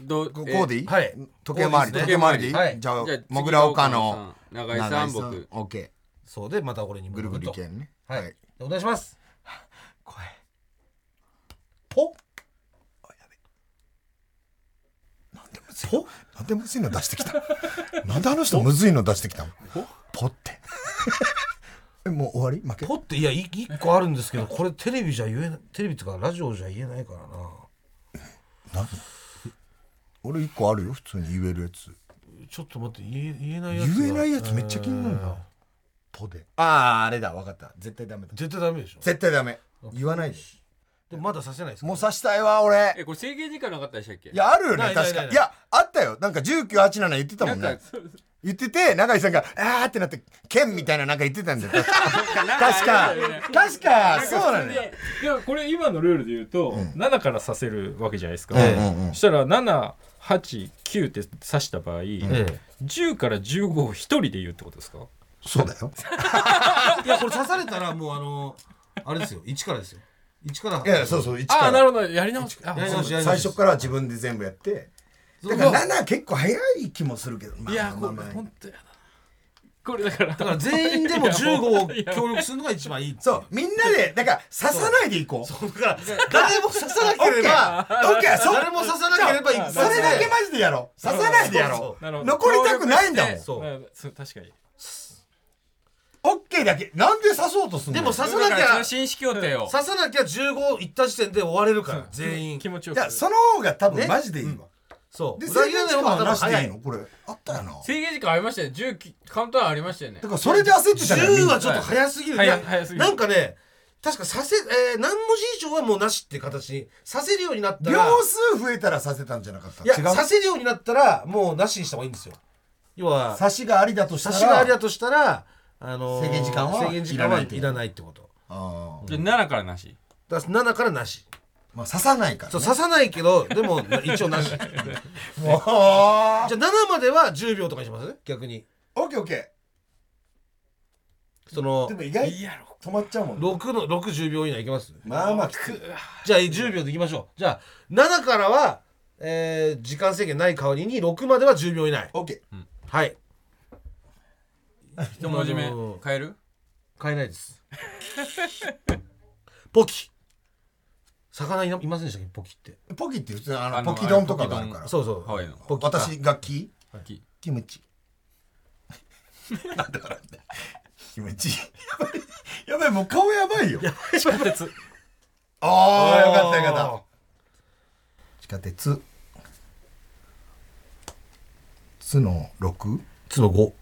S4: どう
S6: こ
S4: え
S6: こうでいい
S5: はい
S6: 時計回り
S5: こうですね
S6: 時計回りでいい
S5: はい
S6: じゃあ
S4: じゃあ次
S6: もぐら岡野
S4: が岡野さん永井さん
S6: 永井
S4: 僕
S6: オッケ
S5: そうでまた俺に
S6: ーぐるぐるいけ
S5: は
S6: んね
S5: い、お願いします
S6: 声ポポなんでむずいの出してきたなんであの人むずいの出してきたのポってえもう終わり負け
S5: ポっていやい一個あるんですけどこれテレビじゃ言えないテレビとかラジオじゃ言えないからな
S6: 俺一個あるよ普通に言えるやつ
S5: ちょっと待って言え言えないやつが
S6: 言えないやつめっちゃ気になるなポであああれだ分かった絶対ダメだ
S5: 絶対ダメでしょ
S6: 絶対ダメ言わないで
S5: でもまださせないですか
S6: もう刺したいわ俺
S4: えこれ制限時間なかったでしたっけ
S6: いやあるよ
S5: な
S6: ね
S5: いない
S6: 確か
S5: ないない
S6: いやあったよなんか1987言ってたもん
S4: な
S6: ね
S4: んかそう
S6: 言ってて永井さんが「あー」ってなって「剣」みたい ななんか言ってたんだよ確か確か確かそうなのよ
S9: いやこれ今のルールで言うと、7からさせるわけじゃないですか、
S6: うんうん
S9: そしたら789って指した場合、
S5: え
S9: 10から15を一人で言うってことですか
S6: そうだよ
S5: えいやこれ刺されたらもうあのあれですよ一からですよ一から
S6: いやそうそう1
S9: あ
S6: か
S9: あな
S6: ら
S9: るほどやり直しあ
S5: やり直しやり直
S6: 最
S5: し
S6: 初から自分で全部やってだから7結構早い気もするけどまあ
S9: いや
S6: ま
S9: こ
S6: あ
S9: れ
S6: まあ
S9: 本当やなこれだから
S5: だから全員でも15を協力するのが一番いい
S6: そうみんなでだから刺さないでいこう
S5: うだから誰も刺さな
S6: オ
S5: け
S6: ッ
S5: れ
S6: ケ
S5: ば
S6: ーオッケーそ
S5: 誰も刺さなければいい
S6: それだけマジでやろう刺さないでやろ
S9: なる
S6: う
S9: ほど
S6: 残りたくないんだもん
S9: 協
S5: そう
S9: 力してそう確かに
S6: オッケーだけなんで刺そうとすんの
S5: でも刺さ
S4: だか
S5: なき
S4: らそ
S5: ゃ
S4: の
S5: 刺
S4: 紳士協定を
S5: さなきゃ15いった時点で終われるから全員
S9: 気持ちよ
S6: い
S9: く
S6: やその方が多分マジでいいわ
S5: そう
S6: で
S5: 裏
S6: 制
S5: 切
S6: 限
S5: らな
S6: 時
S5: い方
S6: 間
S5: が
S6: 話して
S5: 早
S6: いい
S5: い
S6: のこれあったよなだ
S4: 制限時間ありましたよね10カウントダウンありましたよね
S6: からそれで焦ってたからみん
S5: 10
S6: な
S5: はちょっと早すぎる
S9: はい
S5: いや
S9: はい早すぎる
S5: なんかね確かさせえー何文字以上はもうなしって形にさせるようになったら
S6: 秒数増えたらさせたんじゃなかった
S5: いや
S6: 違う
S5: させるようになったらもうなしにした方がいいんですよ要は
S6: 差しがありだとした
S5: 差
S6: ら
S5: しがありだとしたら、あのー
S6: 制限時間は
S5: 制限時間は
S6: らな
S5: い
S6: いって
S5: いらないってこと
S6: あー
S4: じゃあ7からなし
S5: だから7からなし
S6: まあ刺さないから
S5: そう
S6: ね
S5: 刺さないけどでも一応 なしじゃ
S6: もう
S5: あ7までは10秒とかにします逆に
S6: オッケーオッケ
S5: その
S6: ーでも意外止まっちゃうもんね
S5: 6の60秒以内いけます
S6: まあまあきつい
S5: じゃあ10秒でいきましょうじゃあ7からは、えー時間制限ない代わりに6までは10秒以内
S6: オッケ
S5: はい
S4: 一文字目変える
S5: 買えないです ポキ魚いないませんでしたっけポキって
S6: ーポキって普通にあ
S4: あ
S6: の
S4: の
S6: ポキ丼とかがあるから
S5: そうそう
S4: ハワイの
S5: ポキ
S6: 私がキ
S4: キ
S6: キムチなんだからってキムチやばいやばいもう顔やばいよ
S9: 地下鉄
S6: ああよかったよかった地下鉄つの 6?
S5: つの5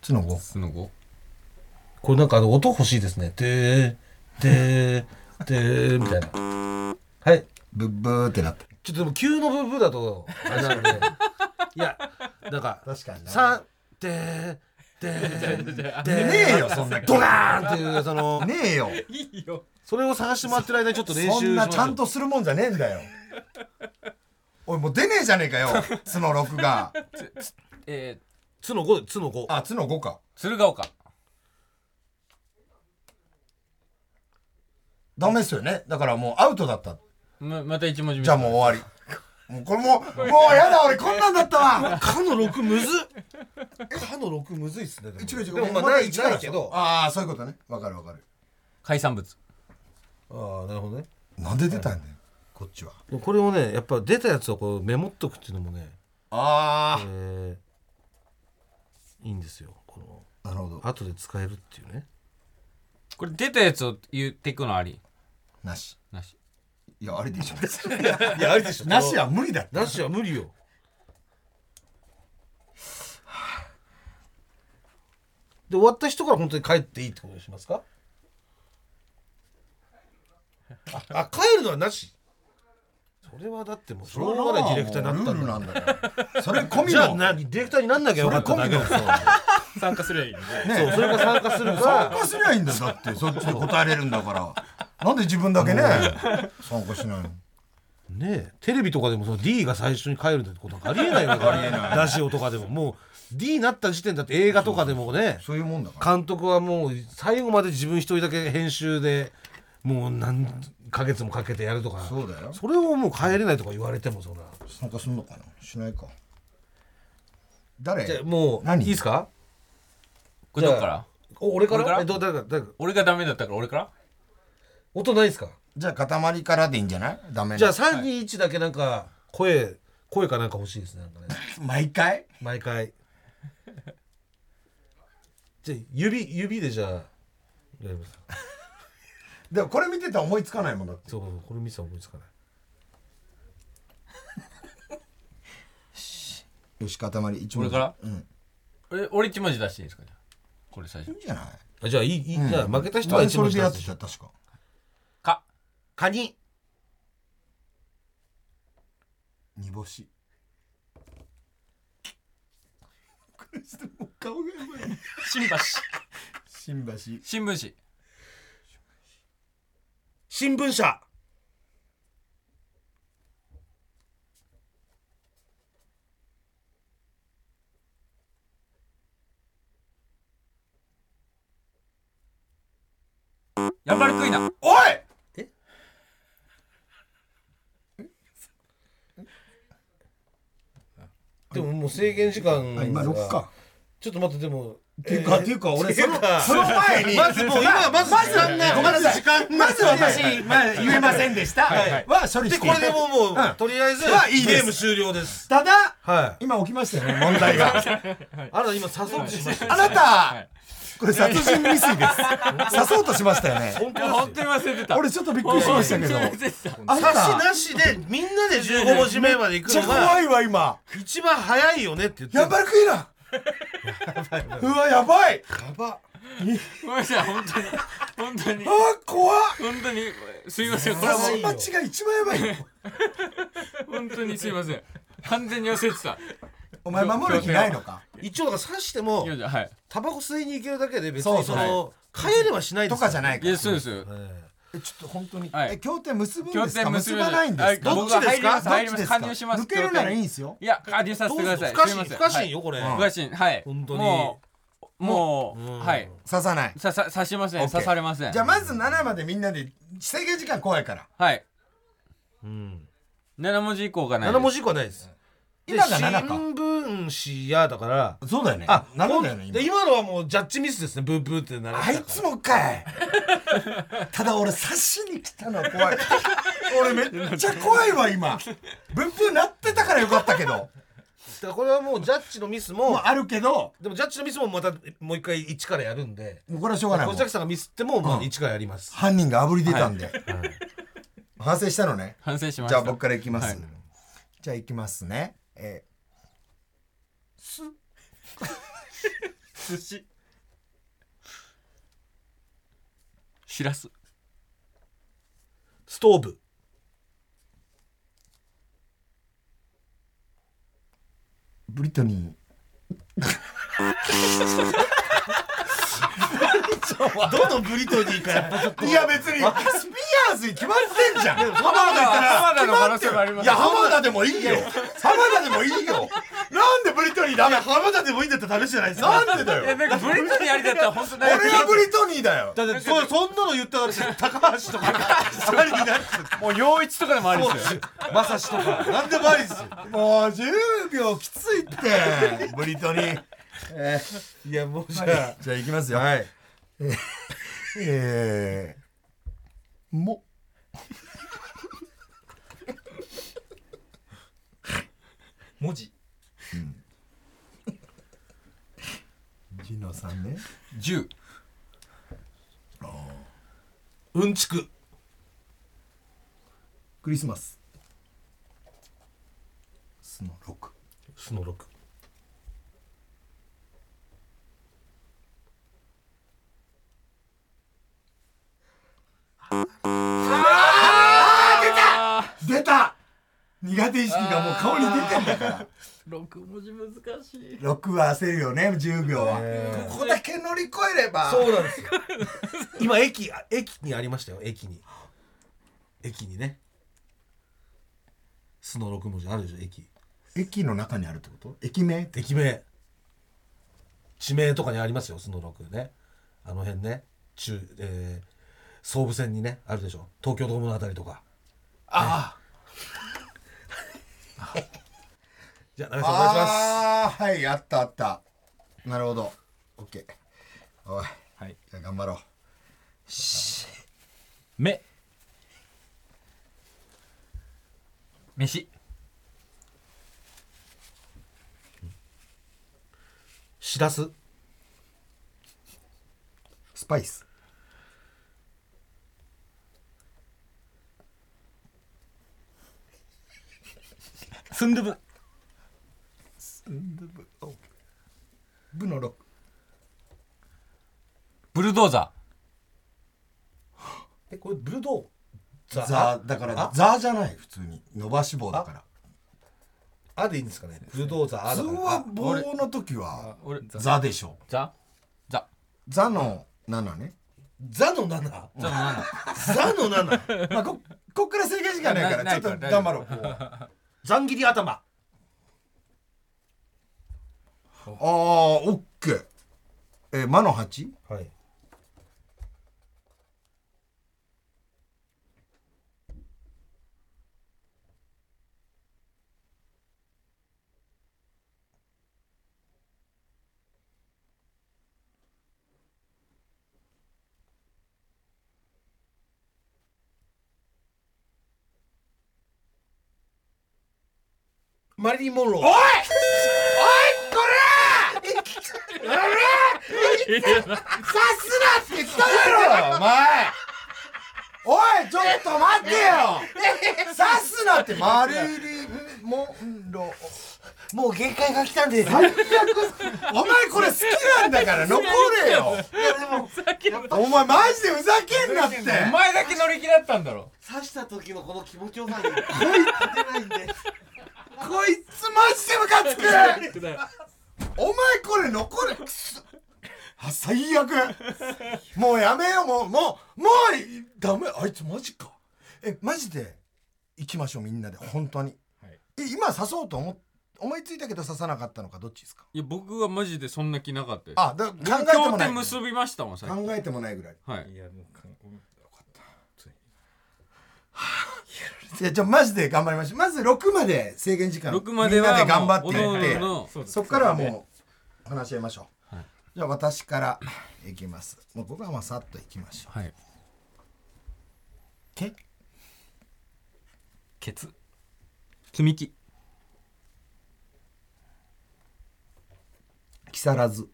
S6: つの 5?
S4: その後
S5: これなんかあの音欲しいですね。でー、でー、でー、みたいな。はい。
S6: ブッブーってなった
S5: ちょっとでも急のブーブーだと、あれなんで。いや、なんか、
S6: 確かに
S5: さ、でー、でー、でー、
S6: ねえよそんな
S5: ドガーンっていう、その、
S6: ねえよ
S9: いいよ
S5: それを探してもらってる間にちょっと練習
S6: そ
S5: し
S6: んな
S5: ましょう
S6: ちゃんとするもんじゃねえんだよおいもう出ねえじゃねえかよ「つ」の6が
S4: えー、
S5: つの5つの5
S6: あ「つ」の5か
S4: 鶴岡
S6: ダメっすよねだからもうアウトだった
S4: ままた一文字目
S6: じゃあもう終わりもうこれ もうもうやだ俺こんなんだったわ
S5: かの6むずっかの6むずいっすねでも
S6: 違う違う
S5: でもまあないないけどあ
S6: ああそういうことねわかるわかる
S4: 海産物
S5: あーなるほどね
S6: なんで出たんだよこっちは
S5: でもこれをねやっぱ出たやつをこうメモっとくっていうのもね
S6: あ
S5: えーいいんですよこの
S6: あなるほど
S5: 後で使えるっていうね
S4: これ出たやつを言っていくのあり
S6: なし
S4: なし
S6: いやあれでしょ別に
S5: いやあれでしょ
S6: なしは無理だって
S5: なしは無理よで終わった人から本当に帰っていいってことにしますかああ帰るのはなしそれはだってもうしょうがないディレクターになった
S6: ルー
S5: ん
S6: ル
S5: だ
S6: なんだよそれ込み
S5: じゃあ
S6: の
S5: なディレクターになんなきゃよ
S6: そ
S5: か
S6: れ
S5: った
S6: 込
S5: だ
S6: み
S5: け
S6: の
S5: だ
S6: そう
S10: 参加すりゃいいので
S5: そうそれが参加する
S6: 参
S5: か
S6: 加すりゃいいんだよだってそっちで答えれるんだからなんで自分だけね参加しないの
S5: ねえテレビとかでもその D が最初に帰るなんてことなんか ありえないよねありえないラジオとかでももう D になった時点だって映画とかでもね
S6: そういうもんだから
S5: 監督はもう最後まで自分一人だけ編集でもう何ヶ月もかけてやるとか
S6: そうだよ
S5: それをもう帰れないとか言われてもそんな
S6: 参加するのかなしないか誰
S5: じゃあもう
S6: 何
S5: いいですか
S4: これどっから
S5: お俺か
S4: 俺
S5: ら
S4: から
S5: えど誰か誰か
S4: 俺がダメだったから俺から
S5: 音ないですか
S6: じゃあ塊からでいいんじゃないダメな
S5: じゃあ321だけなんか声、声かなんか欲しいですねなんかね
S6: 毎回
S5: 毎回 じゃあ指指でじゃあやります
S6: でもこれ見てたら思いつかないもんだって
S5: そうこれ見てたら思いつかない
S6: よし塊一
S4: 俺
S6: 問
S4: から
S6: うんい
S4: 俺俺一文字出していいですかじゃあこれ最初
S6: いんじゃない
S5: あじゃあいいいい、じゃあ負けた人は
S6: 前
S5: 一
S6: そ
S5: 問
S6: れ
S5: し
S6: で
S5: た
S6: やっ
S5: んで
S6: て
S5: したょ
S6: よ確か
S4: か
S5: カニ
S6: 煮干しこれしてもう顔がやばい
S4: 新橋
S6: 新橋
S4: 新聞紙
S5: 新聞社
S4: やんばるクイナ
S6: おい
S5: でももう制限時間
S6: あ今6か
S5: ちょっと待ってでも
S6: ていうかていうか俺その
S5: ていうか
S6: その前に
S5: まずもう今まずまず
S6: ごめんなさいまず私まあ言えませんでしたは処理して
S5: これでもうもう、とりあえず
S6: はいいいで
S5: ゲ
S6: す
S5: ーム終了です
S6: ただ
S5: はい
S6: 今起きましたよね問題が
S5: あら今誘うとしました
S6: あなたこれ殺人未遂です刺そうとしましたよね
S5: 本当
S4: 本当
S5: ですよ
S4: に忘れてた
S6: 俺ちょっとびっくりしましたけど
S4: 本当に忘れてた
S6: あな
S5: 差
S6: た
S5: しなしでみんなで15文字目まで行く
S6: めっ
S5: の
S6: ちゃ怖
S5: が
S6: いわ今
S5: 一番早いよねって言って
S6: やばいクイナうわやばい
S5: やば
S4: ごめんなさい本当に本当に
S6: あー怖っ
S4: 本当にすいませんこれはも
S6: 刺し間違い一番やばいよ
S4: う本当にすいません完全に忘れてた
S6: お前守る気ないのか
S5: 一応だから刺しても
S4: 今じゃはい
S5: タバコ吸いに行けるだけで別
S6: そ
S5: に
S6: うそ
S5: そうの帰れはしないで
S6: と
S5: すよ
S6: かじゃない
S4: い
S6: か
S4: や
S6: ら
S4: そうですよ
S6: えちょっと本当に、
S4: はい
S6: え協定結ぶん
S4: 協
S6: です
S4: 定
S6: か
S4: 結
S6: 結
S4: び
S6: ばないんですか
S4: あ
S6: どっ
S4: 僕
S6: ち
S4: が
S6: で
S4: 入
S6: す
S4: り
S6: か
S4: ます入
S6: ど
S4: ります
S6: っちです
S4: 加
S6: か
S4: 入します
S6: 抜けるならいい
S4: 協
S6: んですよ
S4: 定にいや加入させ
S5: ど
S4: てく
S5: うぞ
S4: ださい
S5: 不可
S4: すいま
S5: 侵
S4: せん
S5: 不可侵
S4: はい
S5: よこれ、
S4: 不可侵はい
S5: 本当に
S4: もうもうはい
S6: 刺さない
S4: ささ刺しません
S6: OK
S4: 刺されません
S6: じゃあまず7までみんなで制限時間怖いから
S4: はい
S5: うん、
S4: 7文字以降がない
S5: 7文字以降はないですで
S6: 今が7か
S5: 新聞紙やだから
S6: そうだよね
S5: あ、
S6: 7だよね
S5: で
S6: 今
S5: 今のはもうジャッジミスですね。ブーブーってなら
S6: あいつもか いただ俺刺しに来たのは怖い 俺めっちゃ怖いわ今ブンブンなってたからよかったけど
S5: だからこれはもうジャッジのミス
S6: もう
S5: も、
S6: あるけど
S5: でもジャッジのミスもまたもう一回一からやるんで、
S6: もうこれはしょうがないも
S5: 小
S6: ん
S5: 崎さんがミスってもま
S6: う
S5: あ
S6: ん
S5: 一からやります。
S6: 犯人が炙り出たんで、反省したのね
S4: 反省しまし
S6: じ
S4: た
S6: ゃあ僕からいきます、
S4: はい
S6: じゃあいきますねえ
S4: しらす
S5: ストーブ、
S6: ブリトニー
S5: どのブリトニーからやっぱ
S6: いや別に スピアーズに決まってんじゃん浜田
S4: 浜田の可能性も
S6: 決ま
S4: あ
S6: っ
S4: り
S6: てる
S4: ます
S6: いや浜田でもいいよ浜田でもいいよなん でブリトニーダメ
S5: 浜田でもいいんだったら試しじゃないですか
S6: なんでだ
S4: いや
S6: よ
S4: なんかブリトニーありだったら本当だ
S6: 俺
S4: よ
S6: はブリトニーだよ
S5: だってそそんなの言ったら高橋とかありになる
S4: もう陽一とかでもありですよ
S5: まさしとかなんでもありですよ
S6: もう10秒きついってブリトニー
S5: いやもうじゃあ、
S6: じゃあ行きますよはいえー、も
S7: 文字
S6: ジノさんね
S4: 10
S5: うんちく
S6: クリスマススの6
S7: スノロク
S6: 出た苦手意識がもう顔に出てんだから6文字難しい6は焦るよね10秒は、ここだけ乗り越えれば
S7: そうなんですよ 今駅あ駅にありましたよ駅に駅にねスの六文字あるでしょ駅
S6: 駅の中にあるってこと駅名って
S7: 駅名地名とかにありますよスの六ねあの辺ね中、えー、総武線にねあるでしょ東京ドームのあたりとか
S6: あ
S7: じゃあ中井
S6: あ
S7: さんお願いします
S6: あーはいあったあったなるほど OK おい、
S9: はい
S6: じゃあ頑張ろう
S9: 目
S4: 飯
S7: しらす
S6: スパイス
S7: スンドゥブ
S6: 部の6
S4: ブルドーザ
S7: えこれブルドーザ
S6: ザだからザじゃない普通に伸ばし棒だから
S7: あでいいんですかねブルドーザーあ
S6: 普
S7: だ
S6: 通
S7: から
S6: は棒の時は
S4: 俺
S6: ザでしょ
S4: ザザ
S6: ザの7ね
S7: ザの七ザ
S4: ザの7
S7: の七
S6: まあここっから制限時間ないから
S4: な
S6: ちょっと頑張ろうこう
S7: ザンギリ頭
S6: ああ、オッケー。えー、魔の八
S7: はいマリリン・モンロー
S6: おい、ちょっと待ってよ刺すなって、マリリン・モンロー。
S7: もう限界が来たんです
S6: お前これ好きなんだから残れよお前マジでふざけんなって
S4: お前だけ乗り気だったんだろ
S5: 刺した時のこの気持ちよさに
S6: こいつマジでムカつ くお前これ残れくそあ最悪もうやめようもうもうもういダメあいつマジかえマジで行きましょうみんなで本当に、え今刺そうと思っ思いついたけど刺さなかったのかどっちですか
S4: いや僕はマジでそんな気なかったよ
S6: あだ考えても
S4: 協
S6: ない
S4: 定結びましたもんさっ
S6: 考えてもないぐらい
S4: きはい
S9: いやもうかんよかった
S6: いやじゃあマジで頑張りましょうまず6まで制限時間
S4: 6まで
S6: みんな
S4: は
S6: で頑張って
S4: もうおのお
S6: いって
S4: の
S9: そうです
S6: そこからはもう話し合いましょう、じゃあ私からいきますもうここはまあさっといきましょう
S4: はい
S6: 手
S4: ケツ積み木
S6: 木更津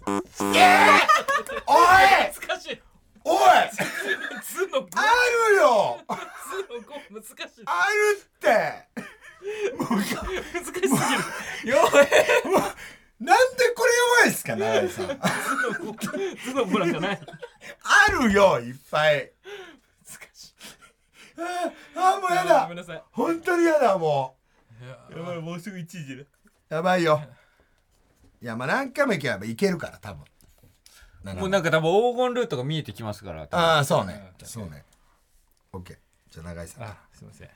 S6: おい
S9: 難しい
S6: おい
S9: 図の
S6: あるよ
S9: 5難しい
S6: あるって
S9: 難しすぎる
S6: なんでこれ弱いっすか永井さん
S9: 図の5なんかない
S6: あるよいっぱいあーもうやだ
S11: ごめんなさい
S6: 本当にやだも
S11: やばいもうすぐ1時だ
S6: うやばいよいやまあ何回も行けばいけるから多分
S4: もうなんか多分黄金ルートが見えてきますから多分
S6: ああそうねそうね OK じゃあ永井さん
S11: あすいません
S6: いい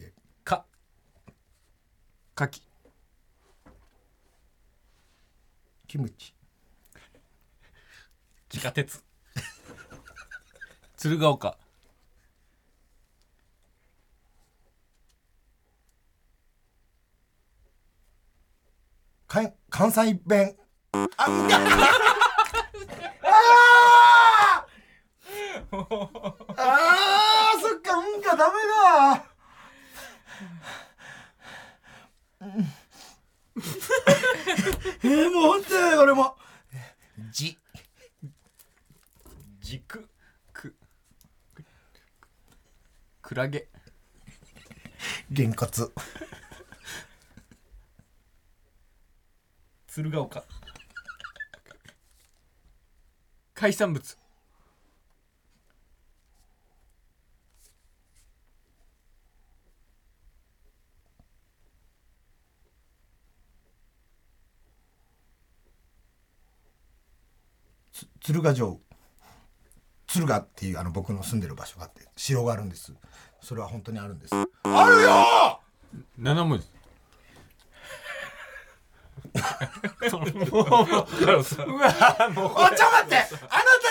S6: え
S4: かかき
S6: キムチ
S11: 地下鉄
S4: 鶴岡
S6: かん関西弁 あうかあーあーそっかうんがダメだうん えー、もう本当に俺もじ
S4: 軸くクラゲ
S6: げんこつ
S11: 鶴岡
S4: 海産物
S6: 鶴ヶ城鶴ヶっていうあの僕の住んでる場所があって城があるんですそれは本当にあるんですあるよ
S4: 7文字
S6: おちょ待ってあな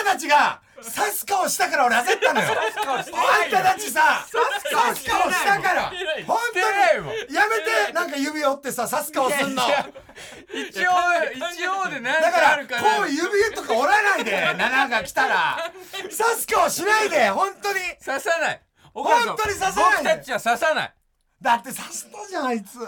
S6: たたちがサスカをしたから俺焦ったのよあんたたちさサスカをしたから本
S4: してないもん
S6: 当にやめてなんか指折ってさサスカをすんのだ
S4: 一応一応で何
S6: か
S4: かあ
S6: ら
S4: る
S6: こ
S4: から
S6: う指とか折らないで7が来たらサスカをしないで本当に
S4: 刺さないお母さん
S6: 本当に刺さない
S4: 僕たちは刺さない
S6: だって刺したじゃんあいつ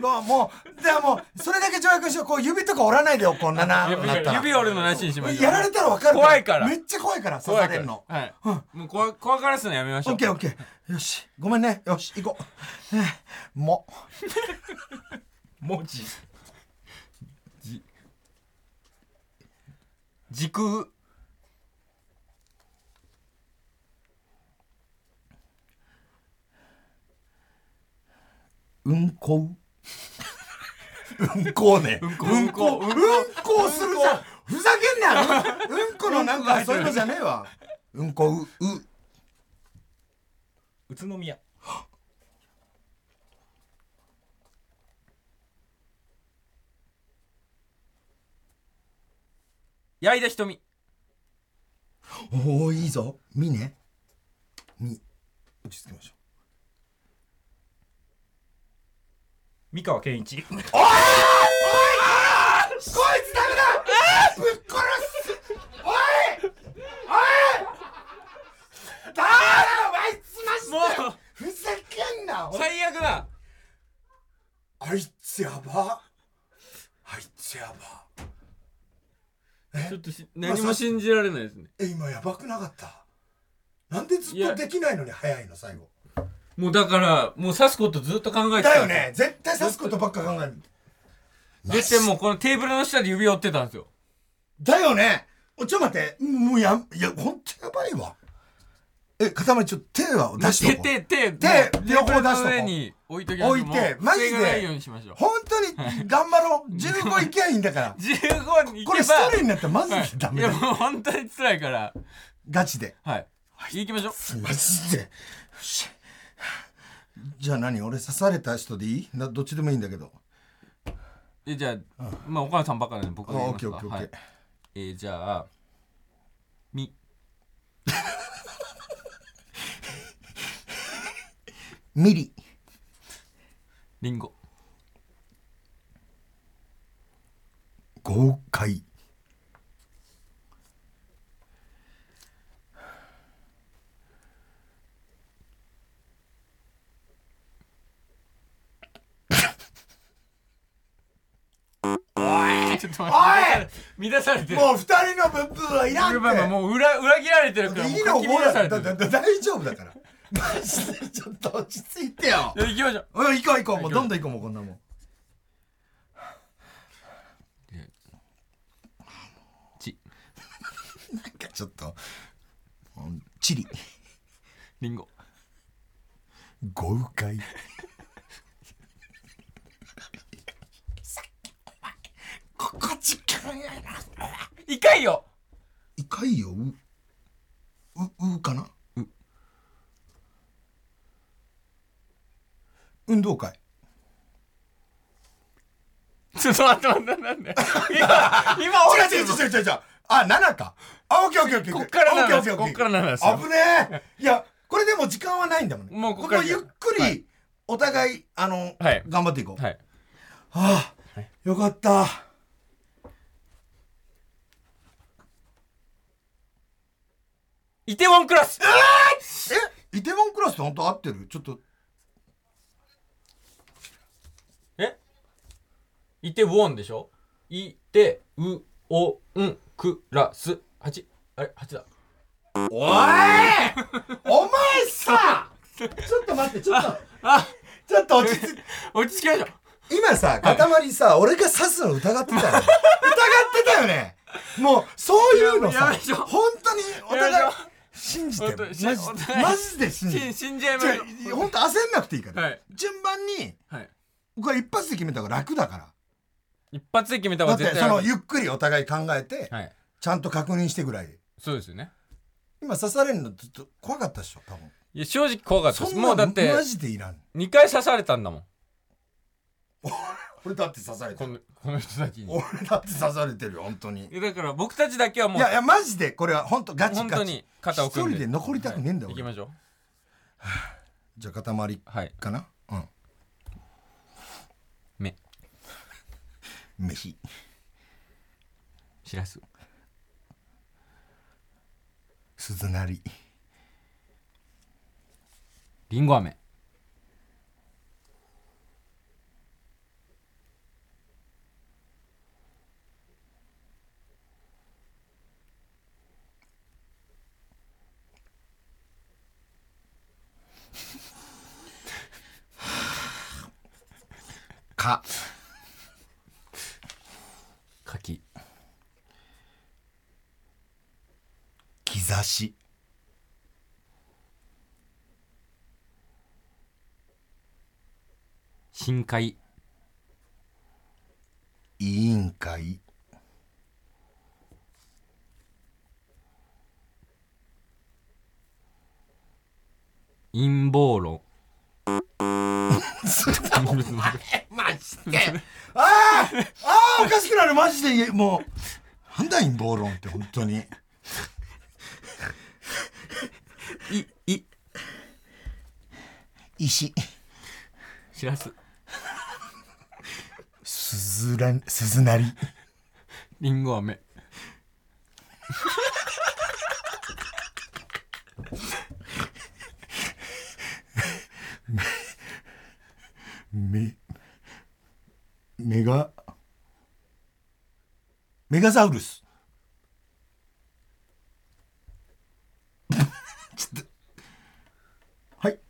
S6: もうもうじゃあもうそれだけ条約しようこう指とか折らないでよこんなななったら
S4: 指折るのなしにしましょう
S6: やられたら分かる
S4: 怖いから
S6: めっちゃ怖いから刺
S4: 怖
S6: さ
S4: いか
S6: れ
S4: ら
S6: るの
S4: はいもう怖怖がらすのやめまし
S6: オ
S4: ょう
S6: ッケーオッケーよしごめんねよし行こうえーも
S11: 文字
S4: 時空
S6: うんこううんこうねうんこうんこうするじゃんふざけんなようんうんこのなんかそういうのじゃねえわうんこうう
S11: 宇都宮
S4: 矢井田瞳
S6: おおいいぞみねみ落ち着きましょう
S11: 三河健一
S6: こいつダメだぶっ殺すおいおいだーあいつマジで
S4: もう
S6: ふざけんなおい
S4: 最悪だ
S6: あいつやばあいつやば
S4: ちょっとし何も信じられないですね
S6: え今やばくなかったなんでず
S4: い
S6: っと
S4: や
S6: できないのに早いの最後
S4: もうだからもう刺すことずっと考えてた
S6: だ よね絶対刺すことばっか考える
S4: 出てもうこのテーブルの下で指折ってたんですよ
S6: だよねおちょっと待ってもうやいやほんとやばいわえ塊ちょっと手は出し
S4: 手
S6: とこう
S4: 手手
S6: 手両方出しとこう
S4: の上に置いときましょう
S6: 置いて
S4: もう
S6: マジで
S4: 手がないようにしましょう
S6: 本当に頑張ろう15いきゃいいんだ から
S4: 15に行
S6: これ
S4: け
S6: 一
S4: ば
S6: 人になったらマジで ダメだ
S4: はい、いやもう本当に辛いから
S6: ガチで
S4: はい行きましょう
S6: マジでよしじゃあ何俺刺された人でいいなどっちでもいいんだけど
S4: えじゃあ、まあお母さんばっかなんで
S6: あ
S4: 僕が言い
S6: オッ
S4: ま
S6: ケ
S4: す
S6: ー
S4: か
S6: オッケーオッ
S4: は
S6: ケ
S4: い
S6: ー、
S4: えーじゃあみ
S6: ミリ
S4: りんご
S6: 豪快
S4: ちょっと待って乱されてる
S6: もう二人のブッブーはいらん
S4: やばいやばい
S6: っ
S4: もう裏裏切られてるか
S6: て
S4: らもう
S6: いいの
S4: かき乱さ
S6: だ
S4: れてる
S6: だだ大丈夫だからマジでちょっと落ち着いてよ
S4: いや行きましょう
S6: おい行こう行こうもうどんどん行こうもうこんなもん
S4: ち
S6: なんかちょっとうんチリ
S4: りんご
S6: 豪快
S4: いかいよ
S6: いかいようううかな運動会
S4: ちょっと待って待ってなんで今今
S6: 違
S4: 俺
S6: う違う違う違う違うあ七かあオッケーオッケーオッケー
S4: こっからなんです
S6: オッケーオッケーオッケー
S4: こっからなんですよ
S6: 危ねえいやこれでも時間はないんだもんね
S4: もうこっ
S6: こ
S4: から
S6: のゆっくり、お互いあの、
S4: はい
S6: 頑張っていこう、
S4: はい
S6: ああよかった
S4: イテウォンクラス
S6: えイテウォンクラスって本当合ってるちょっと
S4: えイテウォンでしょイテウオンクラス八あれ八だ
S6: おいお前 さちょっと待ってちょっと
S4: あ
S6: ちょっと落ち着いて
S4: 落ち着きましょう
S6: 今さ塊さ、俺が刺すの疑ってたよね疑ってたよねもうそういうの
S4: や
S6: さ
S4: めましょう
S6: 本当にお
S4: やめ
S6: 互い
S4: ましょ
S6: 信じて
S4: 本当
S6: マ
S4: に
S6: ジで
S4: お互い
S6: マジで信じ
S4: し
S6: て
S4: 死んじゃいましょ
S6: じゃ本当焦んなくていいから、
S4: はい
S6: 順番に
S4: うはい
S6: 僕は一発で決めた方が楽だか
S4: 一発で決めた
S6: ら
S4: 方
S6: だ
S4: が
S6: って
S4: 絶
S6: そ
S4: 対
S6: のゆっくりお互い考えて、
S4: はい
S6: ちゃんと確認してぐらいで
S4: そうですよね
S6: 今刺されるのちょっと怖かったでしょ多分
S4: いや正直怖かったです
S6: そん
S4: もうだ
S6: なの
S4: って
S6: マジでいらん
S4: 二回刺されたんだもん
S6: 俺だって刺されて
S4: こ
S6: る
S4: のこの人たちに
S6: 俺だって刺されてるよ本当に
S4: いやだから僕たちだけはも
S6: いうやいやマジでこれは本当ガチガチ
S4: 本当に肩を組んで
S6: 一人で残りたくねえんだよ
S4: はい行きましょう
S6: じゃあ塊
S4: はい
S6: かなうん
S4: 目
S6: 飯
S4: しらす
S6: 鈴なり
S4: りんご飴
S6: か
S4: 柿
S6: 兆し
S4: 深海
S6: 委員会
S4: 陰謀論
S6: あーあーおかしくなるマジで言えもうなんだ陰謀論って本当に
S4: いい
S6: 石
S4: しらす
S6: 鈴らん鈴なり
S4: りんご飴
S6: めメガメガザウルス ちょっとはい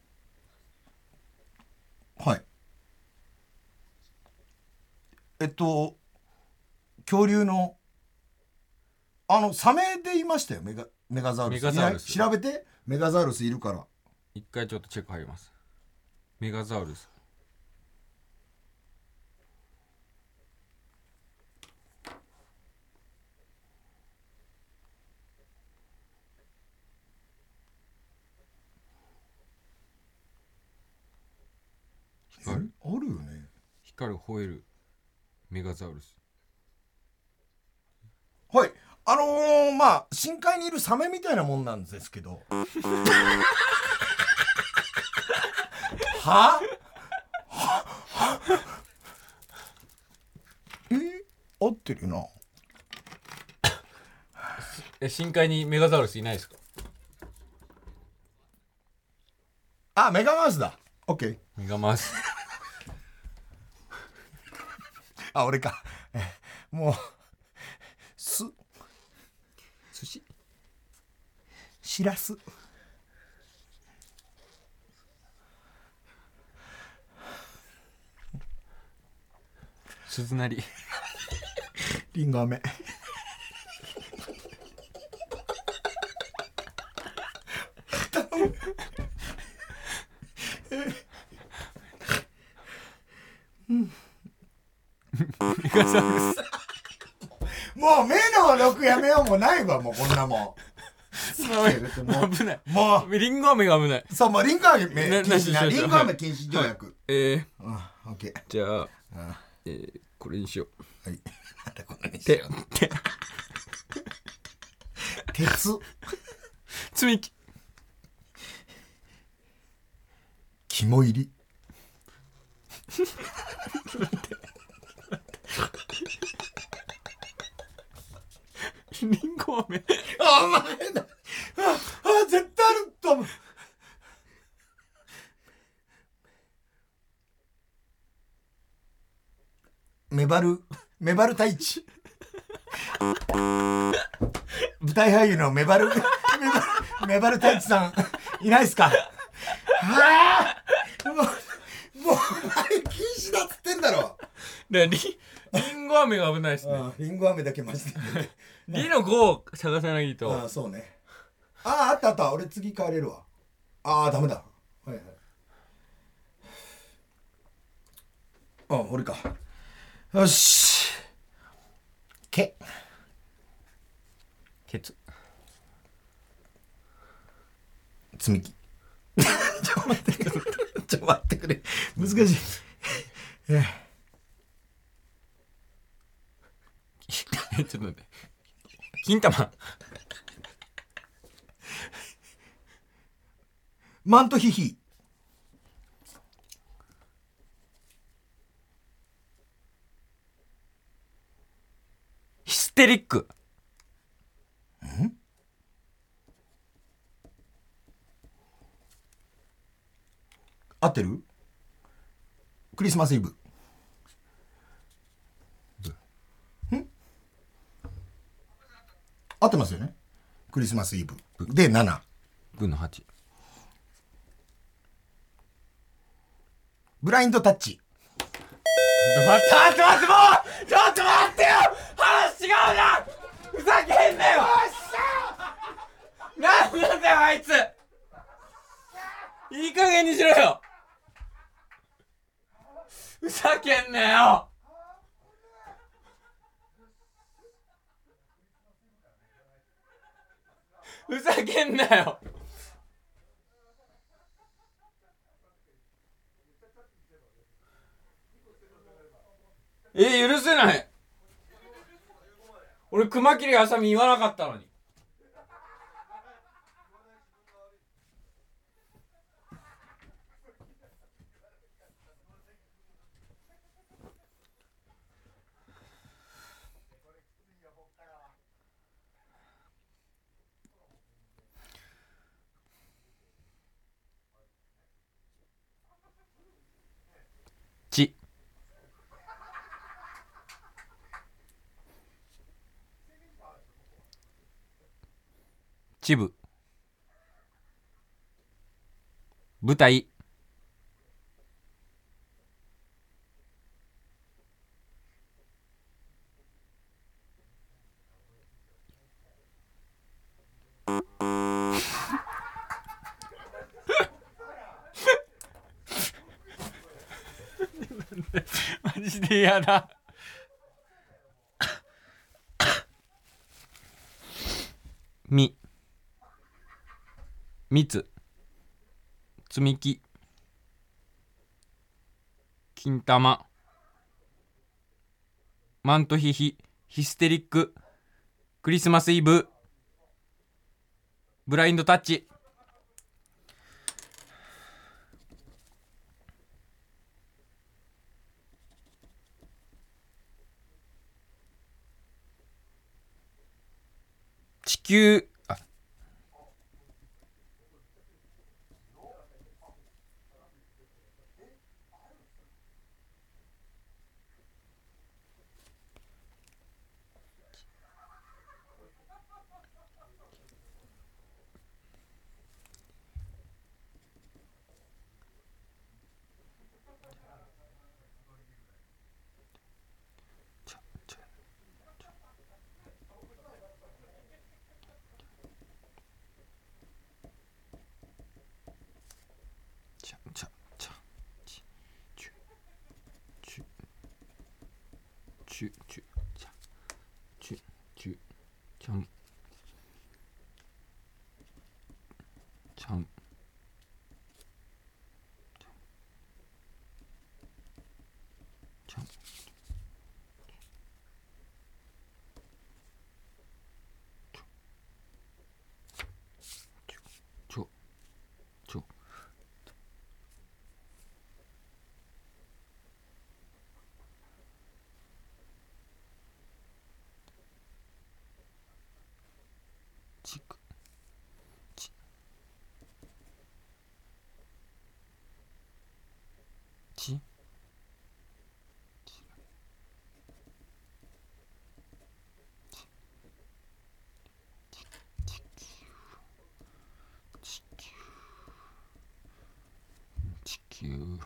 S6: はいえっと恐竜のあのサメでいましたよメガメガザウルス
S4: メガザウルス
S6: いない調べてメガザウルスいるから
S4: 一回ちょっとチェック入りますメガザウルス
S6: あるあるよね
S4: 光る吠えるメガザウルス
S6: はい。あのー、まあ、深海にいるサメみたいなもんなんですけど。はえ合ってるよな。
S4: え深海にメガザウルスいないですか
S6: あ、メガマウスだ。オッケー。
S4: メガマウス
S6: あ、俺か。えもう、す、
S4: 寿司
S6: しらす。
S4: 鈴なり
S6: リンゴ飴。頼むもう目の6やめようもないわ、もうこんなも
S4: 危ない。
S6: ん。も
S4: リンゴ飴が危ない。
S6: う、そう、もうリンゴ飴禁
S4: ななし
S6: 止な。
S4: なし
S6: リンゴ飴禁止条約。
S4: えー、
S6: オッケー。
S4: じゃあ、えー、これにしよう。
S6: はい。またこんなにし
S4: 手
S6: よ、う鉄。
S4: 積み木、
S6: 肝入り。
S4: リンゴ飴。
S6: あ、お前だ。あ、あ絶対あると思う。メバル、メバル太一。舞台俳優のメバル、メバル、メバル太一さん、いないですかああもう、もう、あれ禁止だっつってんだろ。
S4: でリリンゴ飴が危ないですね。
S6: リンゴ飴だけマジで。
S4: リの5を探さないと。
S6: ああ そうねあああったあった俺次帰れるわああダメだはいはいああ俺かよしけ
S4: ケツ。
S6: 積 み木ちょ待ってくれちょ待ってくれ難しい
S4: え ちょっと待って。金玉。
S6: マントヒヒ
S4: ヒステリック。
S6: 合ってるクリスマスイブん合ってますよねクリスマスイブで7
S4: ブの8。
S6: ブラインドタッチ
S4: 待って待って待ってもうちょっと待ってよ話違うなふざけんなよなんなんだよあいついい加減にしろよふざけんなよふざけんなよえー、許せない俺熊切あさみ言わなかったのにちチブ舞台マジで嫌だみみつ積み木金玉マントヒヒヒステリッククリスマスイブブラインドタッチ地球あちょちょちょちゅちゅちゃちゅちゅちゃんちゃんちゃんちょちょちくちち地球地球うん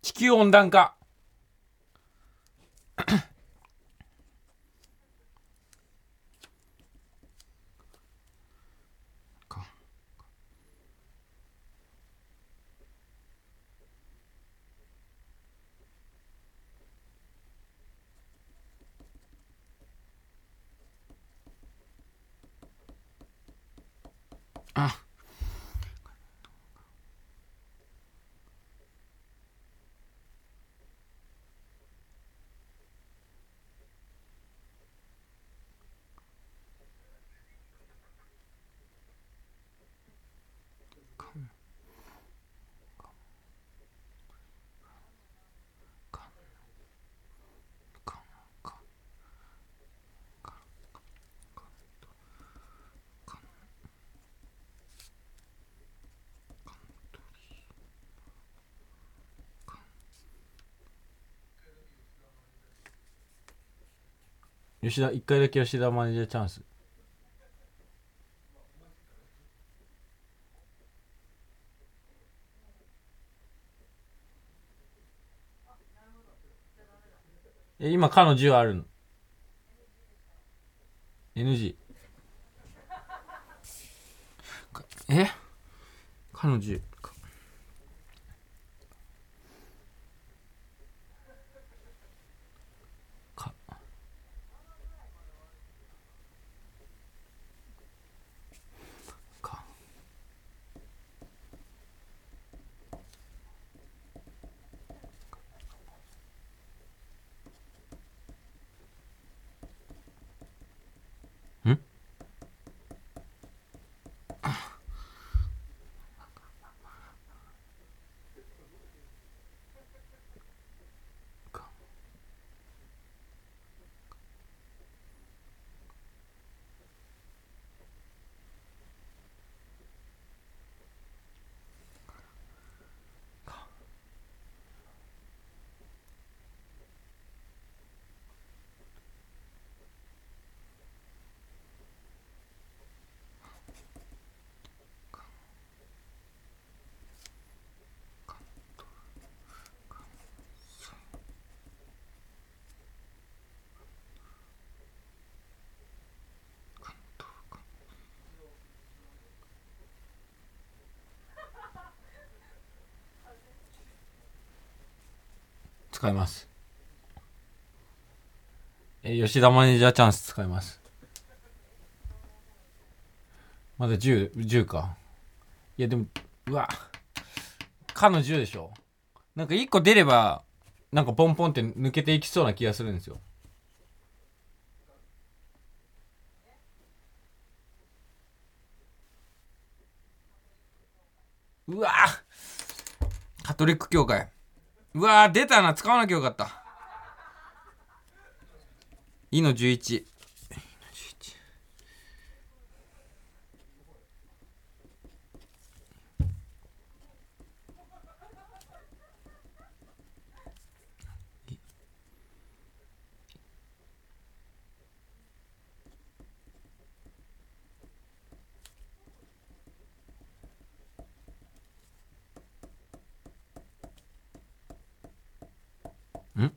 S4: 地球温暖化かあ吉田一回だけ吉田マネージャーチャンスえ今「か」の10あるの NG かえかの10かかか使いますえ吉田マネージャーチャンス使いますまだ 10, 10かいやでもうわかの10でしょなんか1個出ればなんかポンポンって抜けていきそうな気がするんですようわカトリック教会うわー出たな使わなきゃよかった「い」の11んん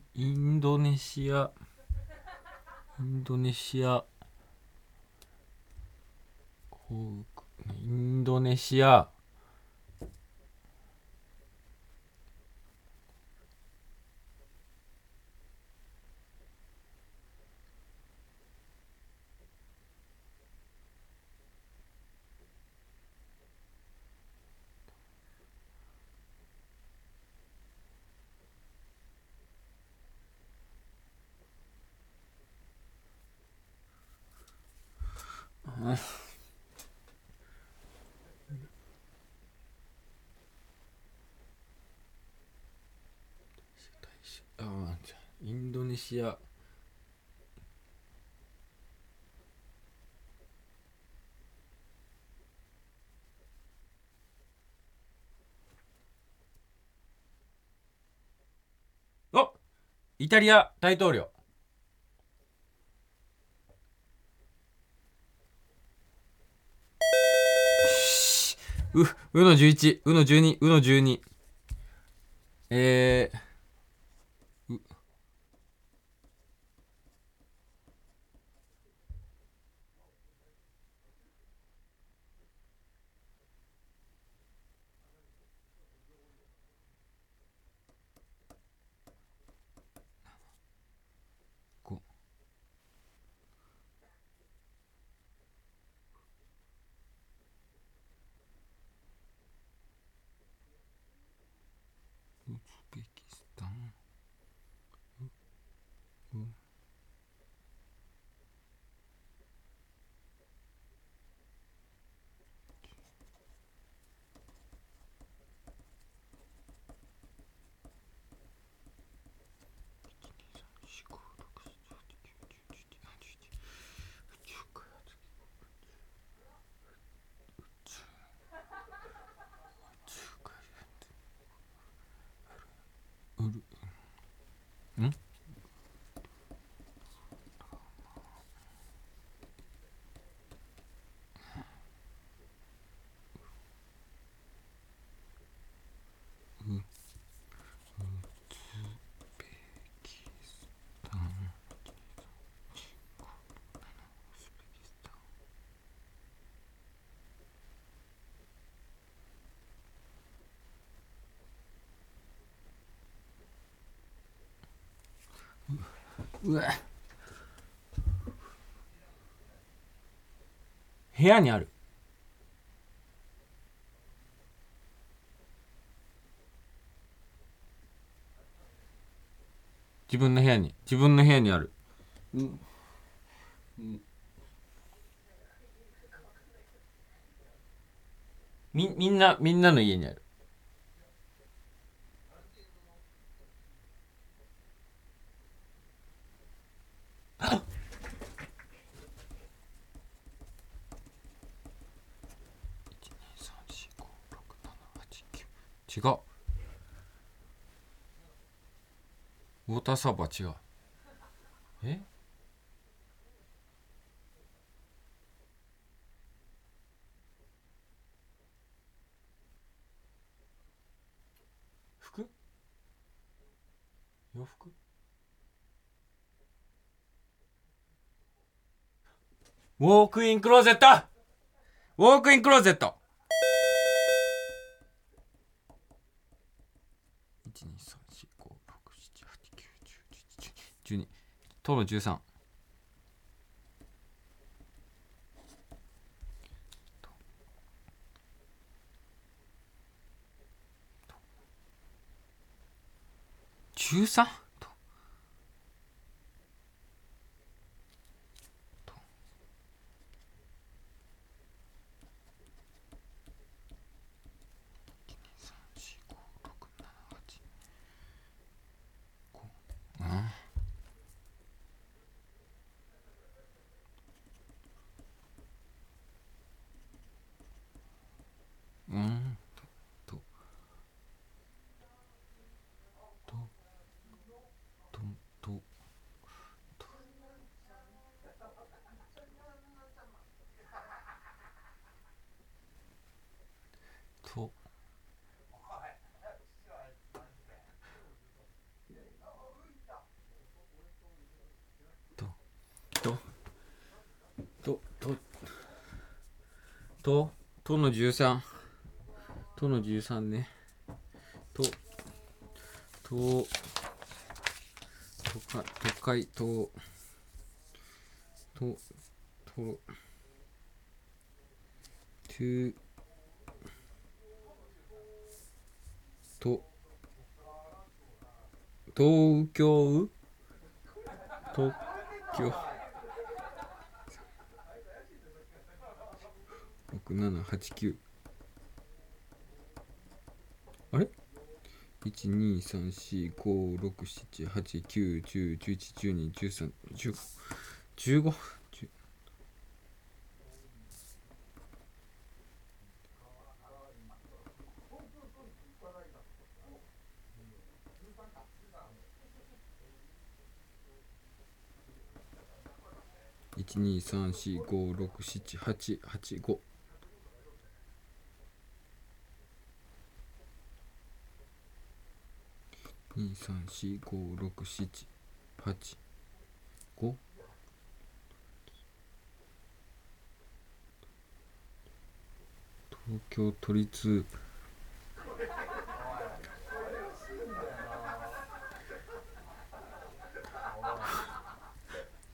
S4: シアインドネシア航空インドネシアあじゃあインドネシアあイタリア大統領う、うの11、うの12、うの12。えー、ウズベキスタンうううわ部屋にある自分の部屋に自分の部屋にあるみみんなみんなの家にある違うウォーターサーバー違うえ服洋服ウォークインクローゼットウォークインクローゼット1 2 3 4 5 6 7 8 9 10 11 12との13十三とうんとととと、との13。との13ね。と、と、とか、都会、と、と、とろ、とゅ、と、東京東京六七八九あれ一二三四五六七八九十十一十二十三十五十五十一二三四五六七八八五二三四五六七八五東京都立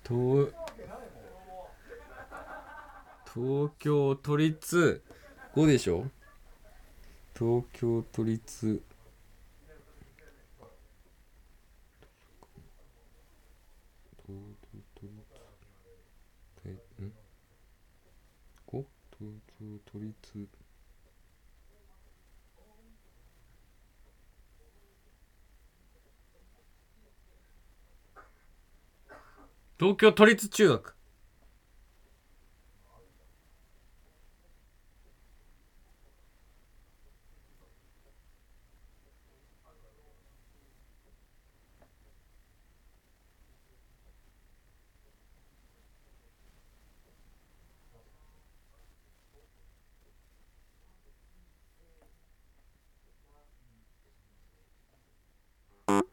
S4: 東東京都立5でしょ東京都立東京都立えん ?5? 東京都立東京都立中学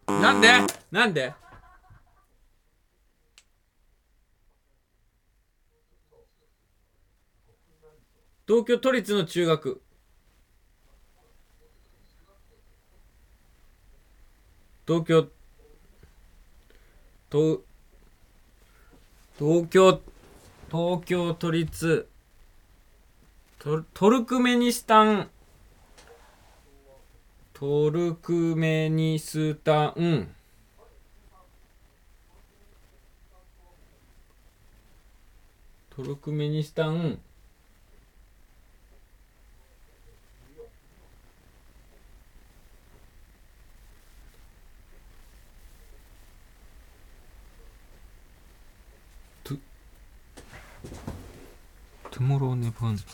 S4: なんでなんで東京都立の中学東京東東京東京都立トルトルクメニスタントルクメニスタントルクメニスタントゥモローネバーンズ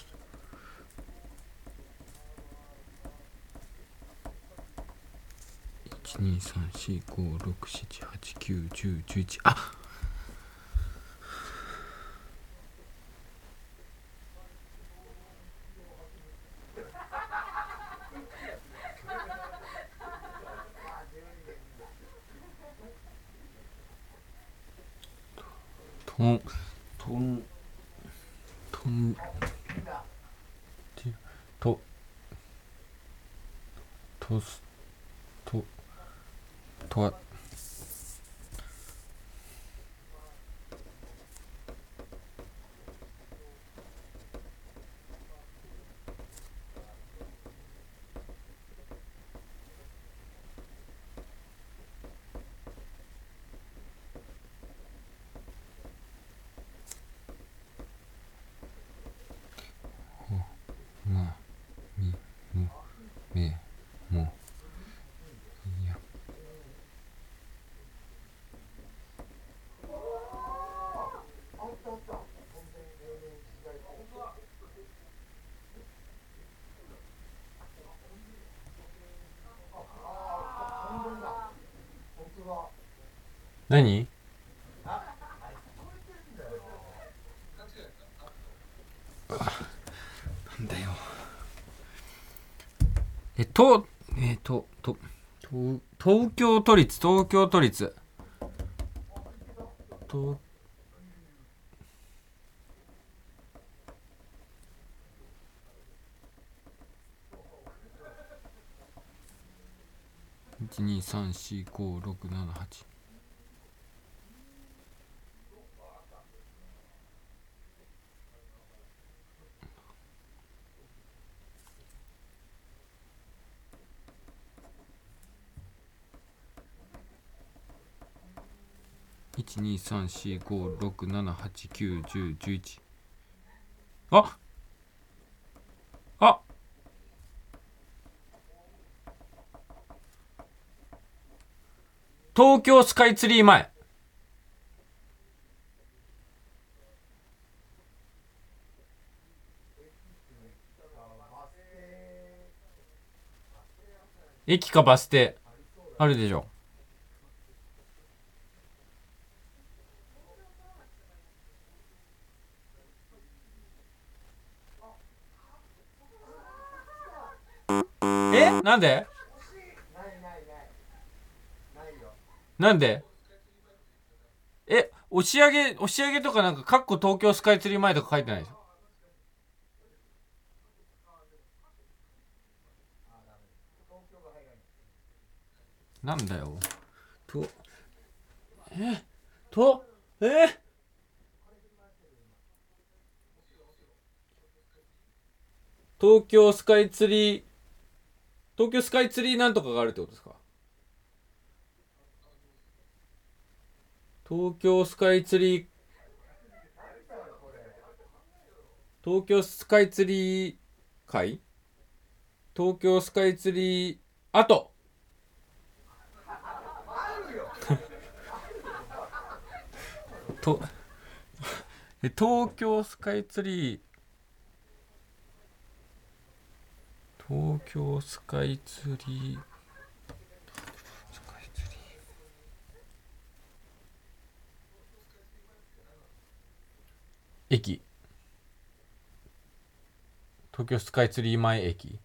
S4: 一二三四五六七八九十十一あとんとんとんてととすととわ哦まみむめもいや何なんだよえとえっととと東京都立東京都立と1 2 3 4 5 6 7 8一二三四五六七八九十十一ああ東京スカイツリー前駅かバス停あるでしょえなんでなんでえ押上押上とかなんか「かっこ東京スカイツリー前」とか書いてないでしょなんだよとえとえ東京スカイツリー東京スカイツリーなんとかがあるってことですか東京スカイツリー東京スカイツリー会東京スカイツリーあと とえ東京スカイツリー東京スカイツリースカイツリー駅東京スカイツリー前駅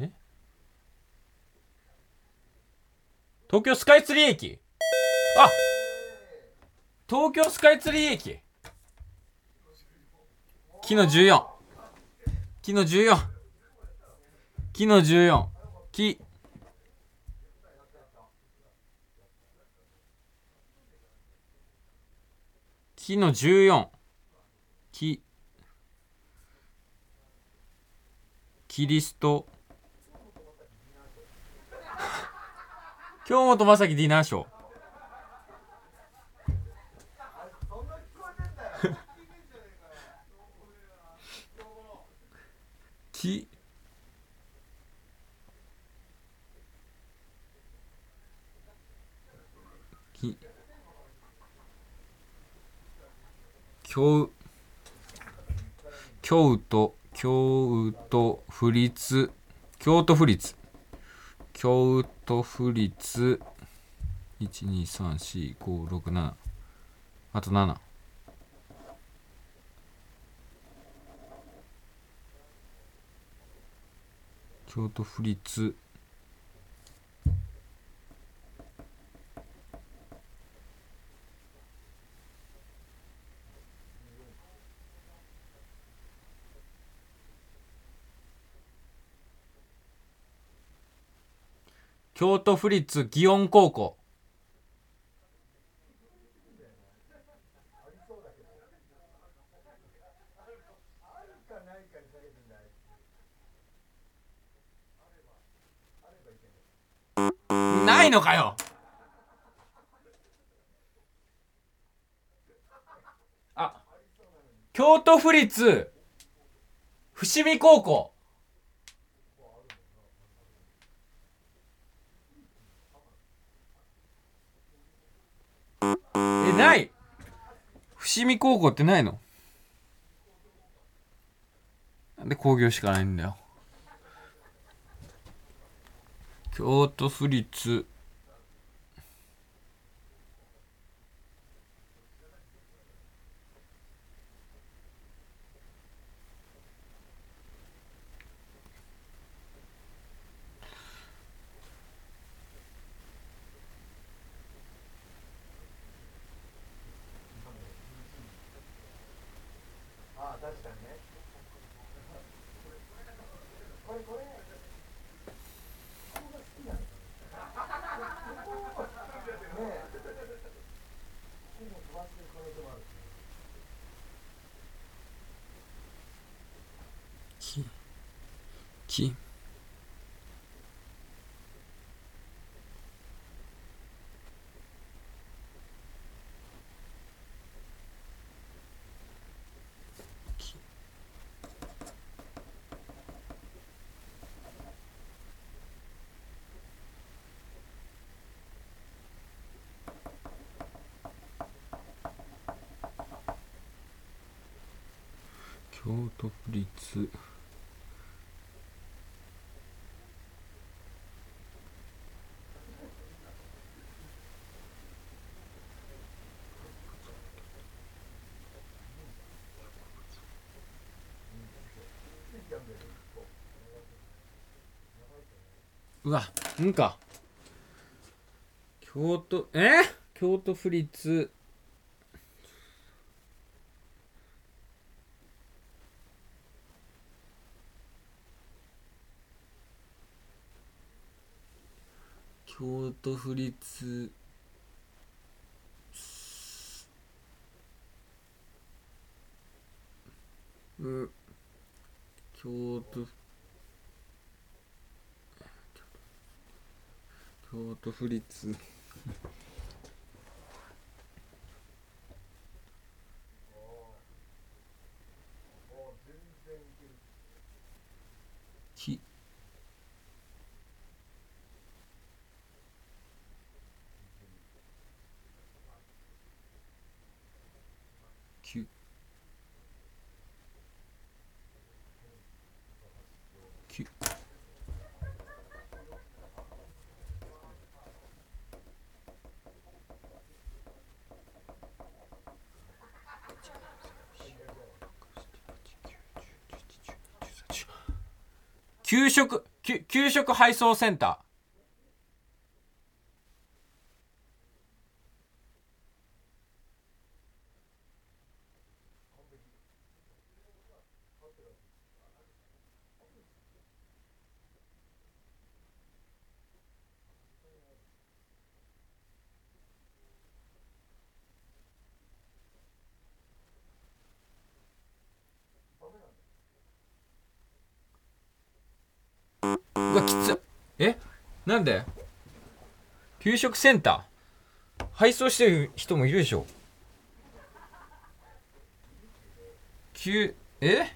S4: え東京スカイツリー駅あ東京スカイツリー駅木の14木の14木の14木木の14木キリスト 京本正樹ディナーショーきき京う京都京都府立京都府立京都府立1234567あと7京都府立京都府立祇園高校ないのかよあ京都府立伏見高校えない伏見高校ってないのなんで工業しかないんだよ京都府立き京都府立うわ、うんか。京都、え京都府立。京都府立。う京都京都府立ききゅきゅ給食給給食配送センターうわきつえなんで給食センター配送してる人もいるでしょ給え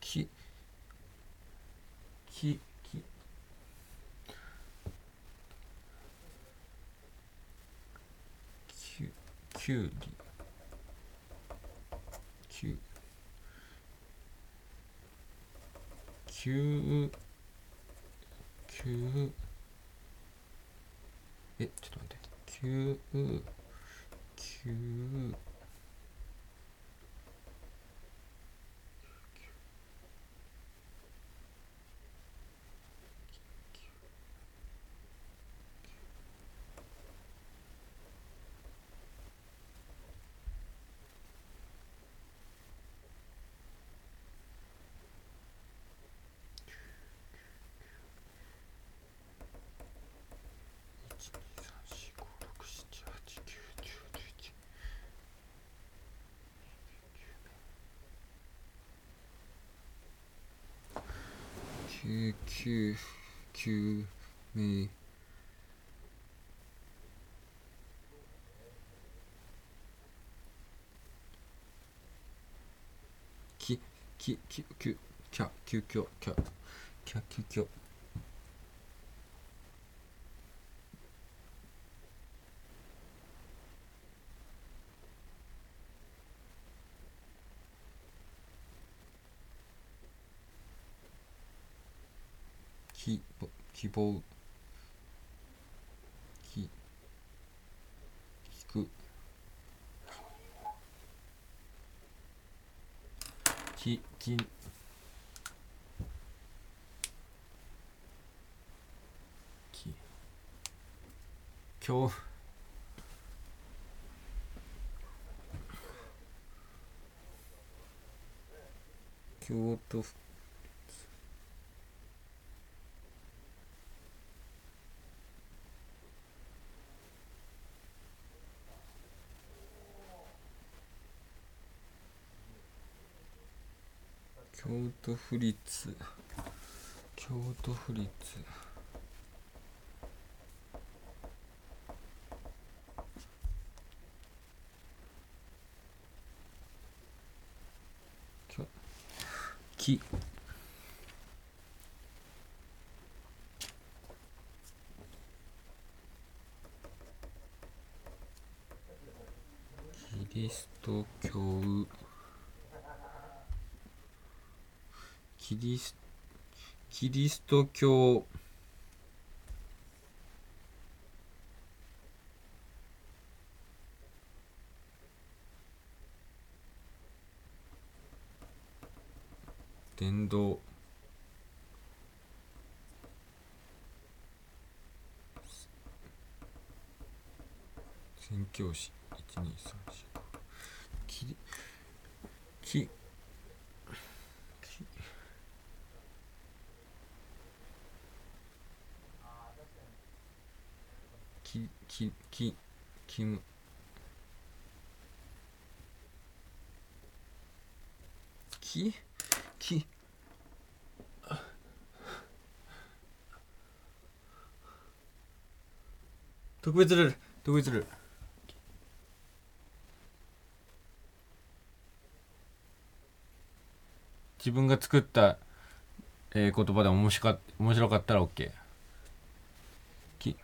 S4: ききききゅきゅうりきゅうきゅうきゅうえちょっと待ってきゅうきゅう九九九名ききききゅきゃきゅきょきゃきゃきゅきょきぼ希望き聞くききき今日京都府京都府立京都府立きょきキリスト教キリスキリスト教伝道宣教師1 2 3 4キリキききききむきき特別ルール特別ルール自分が作った、えー言葉で面白か面白かったら OK き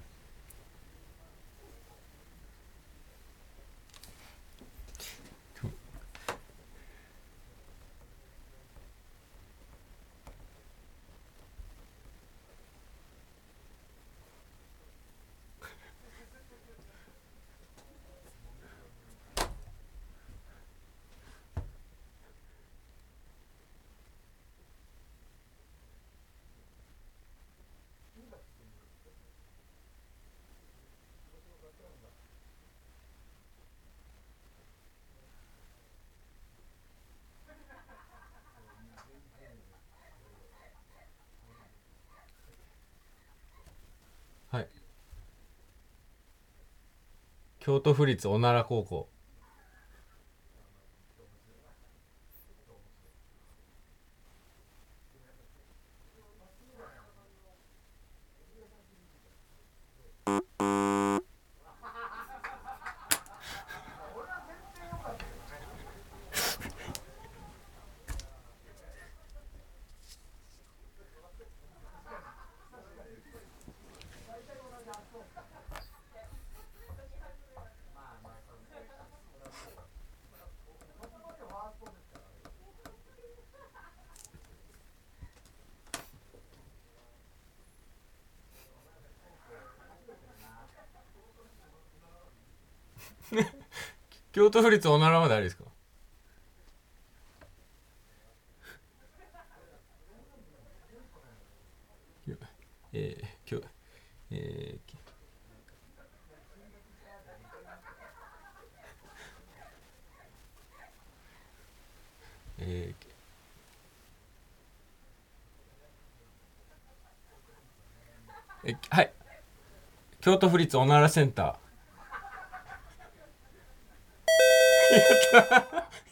S4: はい京都府立小奈良高校京都府立小奈良までありですかきょえー、きょえー、きえーきえきはい京都府立小奈良センター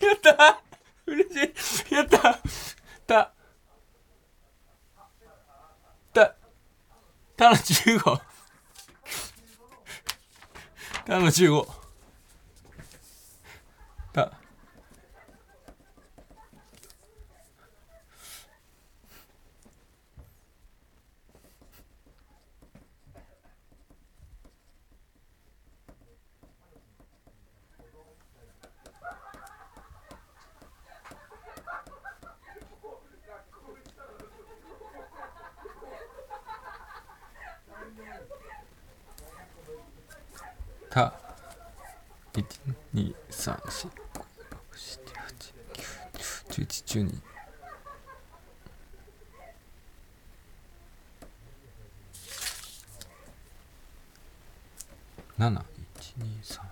S4: やったー嬉しいやったーたたたの15たの15たた1 2 3 4 5 6 7 8 9 10 11 12七一二三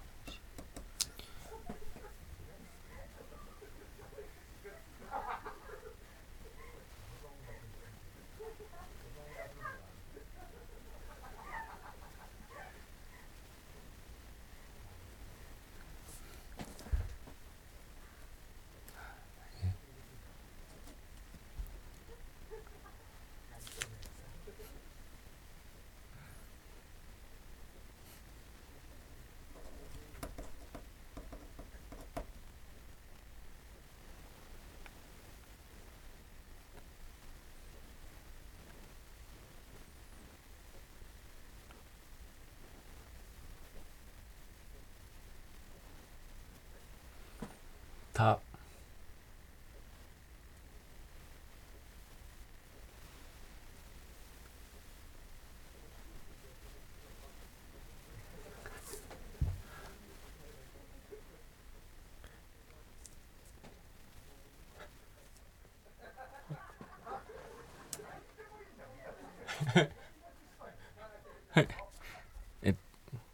S4: た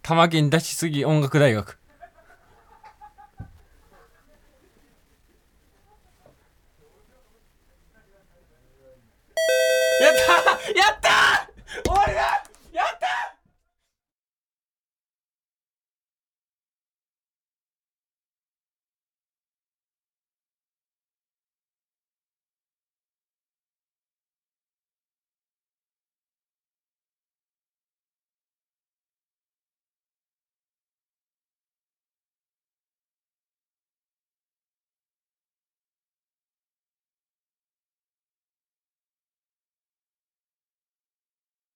S4: 玉金出しすぎ音楽大学